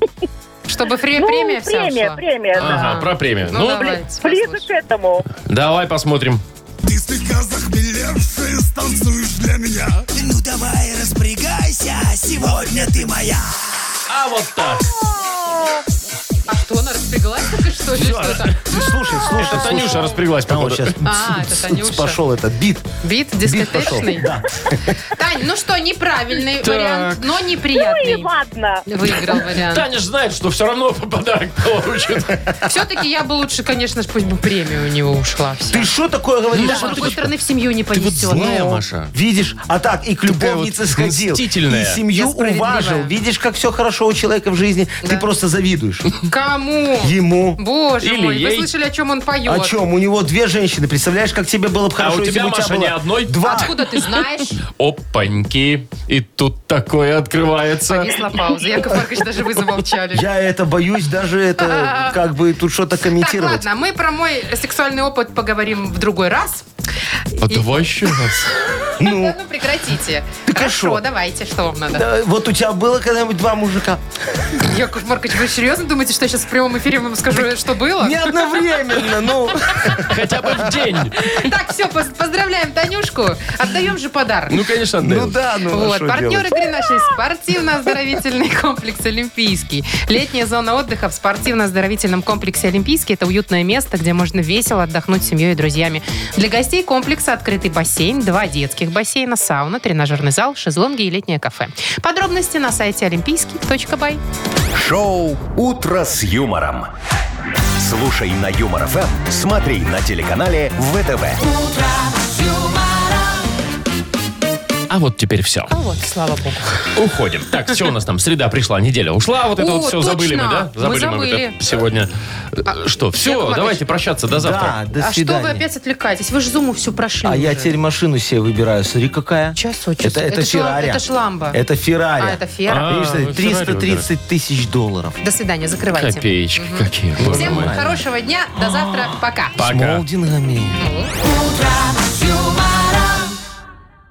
Speaker 2: Чтобы фре-
Speaker 11: Ну,
Speaker 2: премия вся
Speaker 11: премия,
Speaker 2: ушла.
Speaker 11: премия, да.
Speaker 4: Ага, про премию.
Speaker 2: Ну,
Speaker 4: Ну,
Speaker 2: давайте.
Speaker 11: Ближе к этому.
Speaker 4: давай посмотрим.
Speaker 12: Ты слегка захмелевший, станцуешь для меня Ну давай распрягайся, сегодня ты моя
Speaker 4: А вот так.
Speaker 2: А что, она распряглась только что ли что-то?
Speaker 3: Слушай, слушай,
Speaker 4: Это
Speaker 3: слушай.
Speaker 4: Танюша распряглась,
Speaker 3: Там вот
Speaker 4: походу.
Speaker 3: сейчас
Speaker 2: А, это Танюша.
Speaker 3: пошел этот бит.
Speaker 2: Бит
Speaker 3: Бит пошел.
Speaker 2: дискотечный?
Speaker 3: Да.
Speaker 2: Тань, ну что, неправильный
Speaker 4: Так.
Speaker 2: вариант, но
Speaker 11: Ну и
Speaker 2: неприятный.
Speaker 11: ладно.
Speaker 2: Выиграл вариант.
Speaker 4: Таня же знает, что все равно подарок получит.
Speaker 2: Все-таки я бы лучше, конечно же, пусть бы премия у него ушла. вся.
Speaker 3: Ты что такое говоришь?
Speaker 2: Да, с другой стороны, в семью не понесет.
Speaker 4: злая, Маша.
Speaker 3: Видишь, а так и к
Speaker 4: Такая
Speaker 3: любовнице
Speaker 4: вот
Speaker 3: сходил, и
Speaker 4: мстительная.
Speaker 3: семью
Speaker 2: Я справедливая.
Speaker 3: уважил. Видишь, как все хорошо у человека в жизни.
Speaker 2: Да.
Speaker 3: Ты просто завидуешь
Speaker 2: Кому?
Speaker 3: ему.
Speaker 2: Боже
Speaker 4: Или
Speaker 2: мой, вы
Speaker 4: ей.
Speaker 2: слышали, о чем он поет?
Speaker 3: О чем? У него две женщины. Представляешь, как тебе было бы хорошо,
Speaker 4: А у
Speaker 3: если
Speaker 4: тебя,
Speaker 3: бы у тебя
Speaker 4: Маша,
Speaker 3: было
Speaker 4: ни одной?
Speaker 3: два.
Speaker 2: Откуда ты знаешь?
Speaker 4: Опаньки. И тут такое открывается.
Speaker 2: Понесла пауза. Яков Маркович даже вы замолчали.
Speaker 3: Я это боюсь даже это как бы тут что-то
Speaker 2: Так,
Speaker 3: комментировать.
Speaker 2: ладно, мы про мой сексуальный опыт поговорим в другой раз.
Speaker 4: А давай еще раз.
Speaker 2: Ну, прекратите. Хорошо,
Speaker 3: хорошо.
Speaker 2: давайте, что вам надо?
Speaker 3: Да, вот у тебя было когда-нибудь два мужика?
Speaker 2: Яков Маркович, вы серьезно думаете, что я сейчас в прямом эфире вам скажу, что было?
Speaker 3: Не одновременно, ну.
Speaker 4: Хотя бы в день.
Speaker 2: Так, все, поз- поздравляем Танюшку. Отдаем же подарок.
Speaker 4: Ну, конечно,
Speaker 3: Ну
Speaker 4: отдаем.
Speaker 3: да, ну а
Speaker 2: Вот,
Speaker 3: что
Speaker 2: партнер
Speaker 3: делать?
Speaker 2: игры нашей спортивно-оздоровительный комплекс «Олимпийский». Летняя зона отдыха в спортивно-оздоровительном комплексе «Олимпийский» – это уютное место, где можно весело отдохнуть с семьей и друзьями. Для гостей комплекса открытый бассейн, два детских бассейна, сауна, тренажерный зал, шезлонги и летнее кафе. Подробности на сайте олимпийский.бай.
Speaker 1: Шоу «Утро с юмором». Слушай на Юмор ФМ, смотри на телеканале ВТВ.
Speaker 4: А вот теперь все.
Speaker 2: А вот, слава богу.
Speaker 4: Уходим. Так, все у нас там? Среда пришла, неделя ушла. Вот это
Speaker 2: О,
Speaker 4: вот все
Speaker 2: точно.
Speaker 4: забыли мы, да?
Speaker 2: Мы
Speaker 4: вот
Speaker 2: забыли. А,
Speaker 4: это сегодня. Э, Что,
Speaker 2: Яков
Speaker 4: все,
Speaker 2: Маркович.
Speaker 4: давайте прощаться до завтра.
Speaker 3: Да, до
Speaker 2: а что вы
Speaker 3: свидания.
Speaker 2: опять отвлекаетесь? Вы же зуму всю прошли
Speaker 3: А я
Speaker 2: уже.
Speaker 3: теперь машину себе выбираю. Смотри, какая.
Speaker 2: Час от часу.
Speaker 3: Это,
Speaker 2: Это
Speaker 3: это,
Speaker 2: ж лам-
Speaker 3: Феррари.
Speaker 2: это ж ламба.
Speaker 3: Это Феррари.
Speaker 2: А, это Феррари.
Speaker 4: А,
Speaker 3: Видишь,
Speaker 4: вы Феррари
Speaker 3: 330 тысяч долларов.
Speaker 2: До свидания, закрывайте.
Speaker 4: Копеечки какие. боже
Speaker 2: Всем
Speaker 4: мой.
Speaker 2: хорошего дня, до завтра, пока.
Speaker 3: С
Speaker 4: Пока.
Speaker 3: молдингами.
Speaker 11: Утро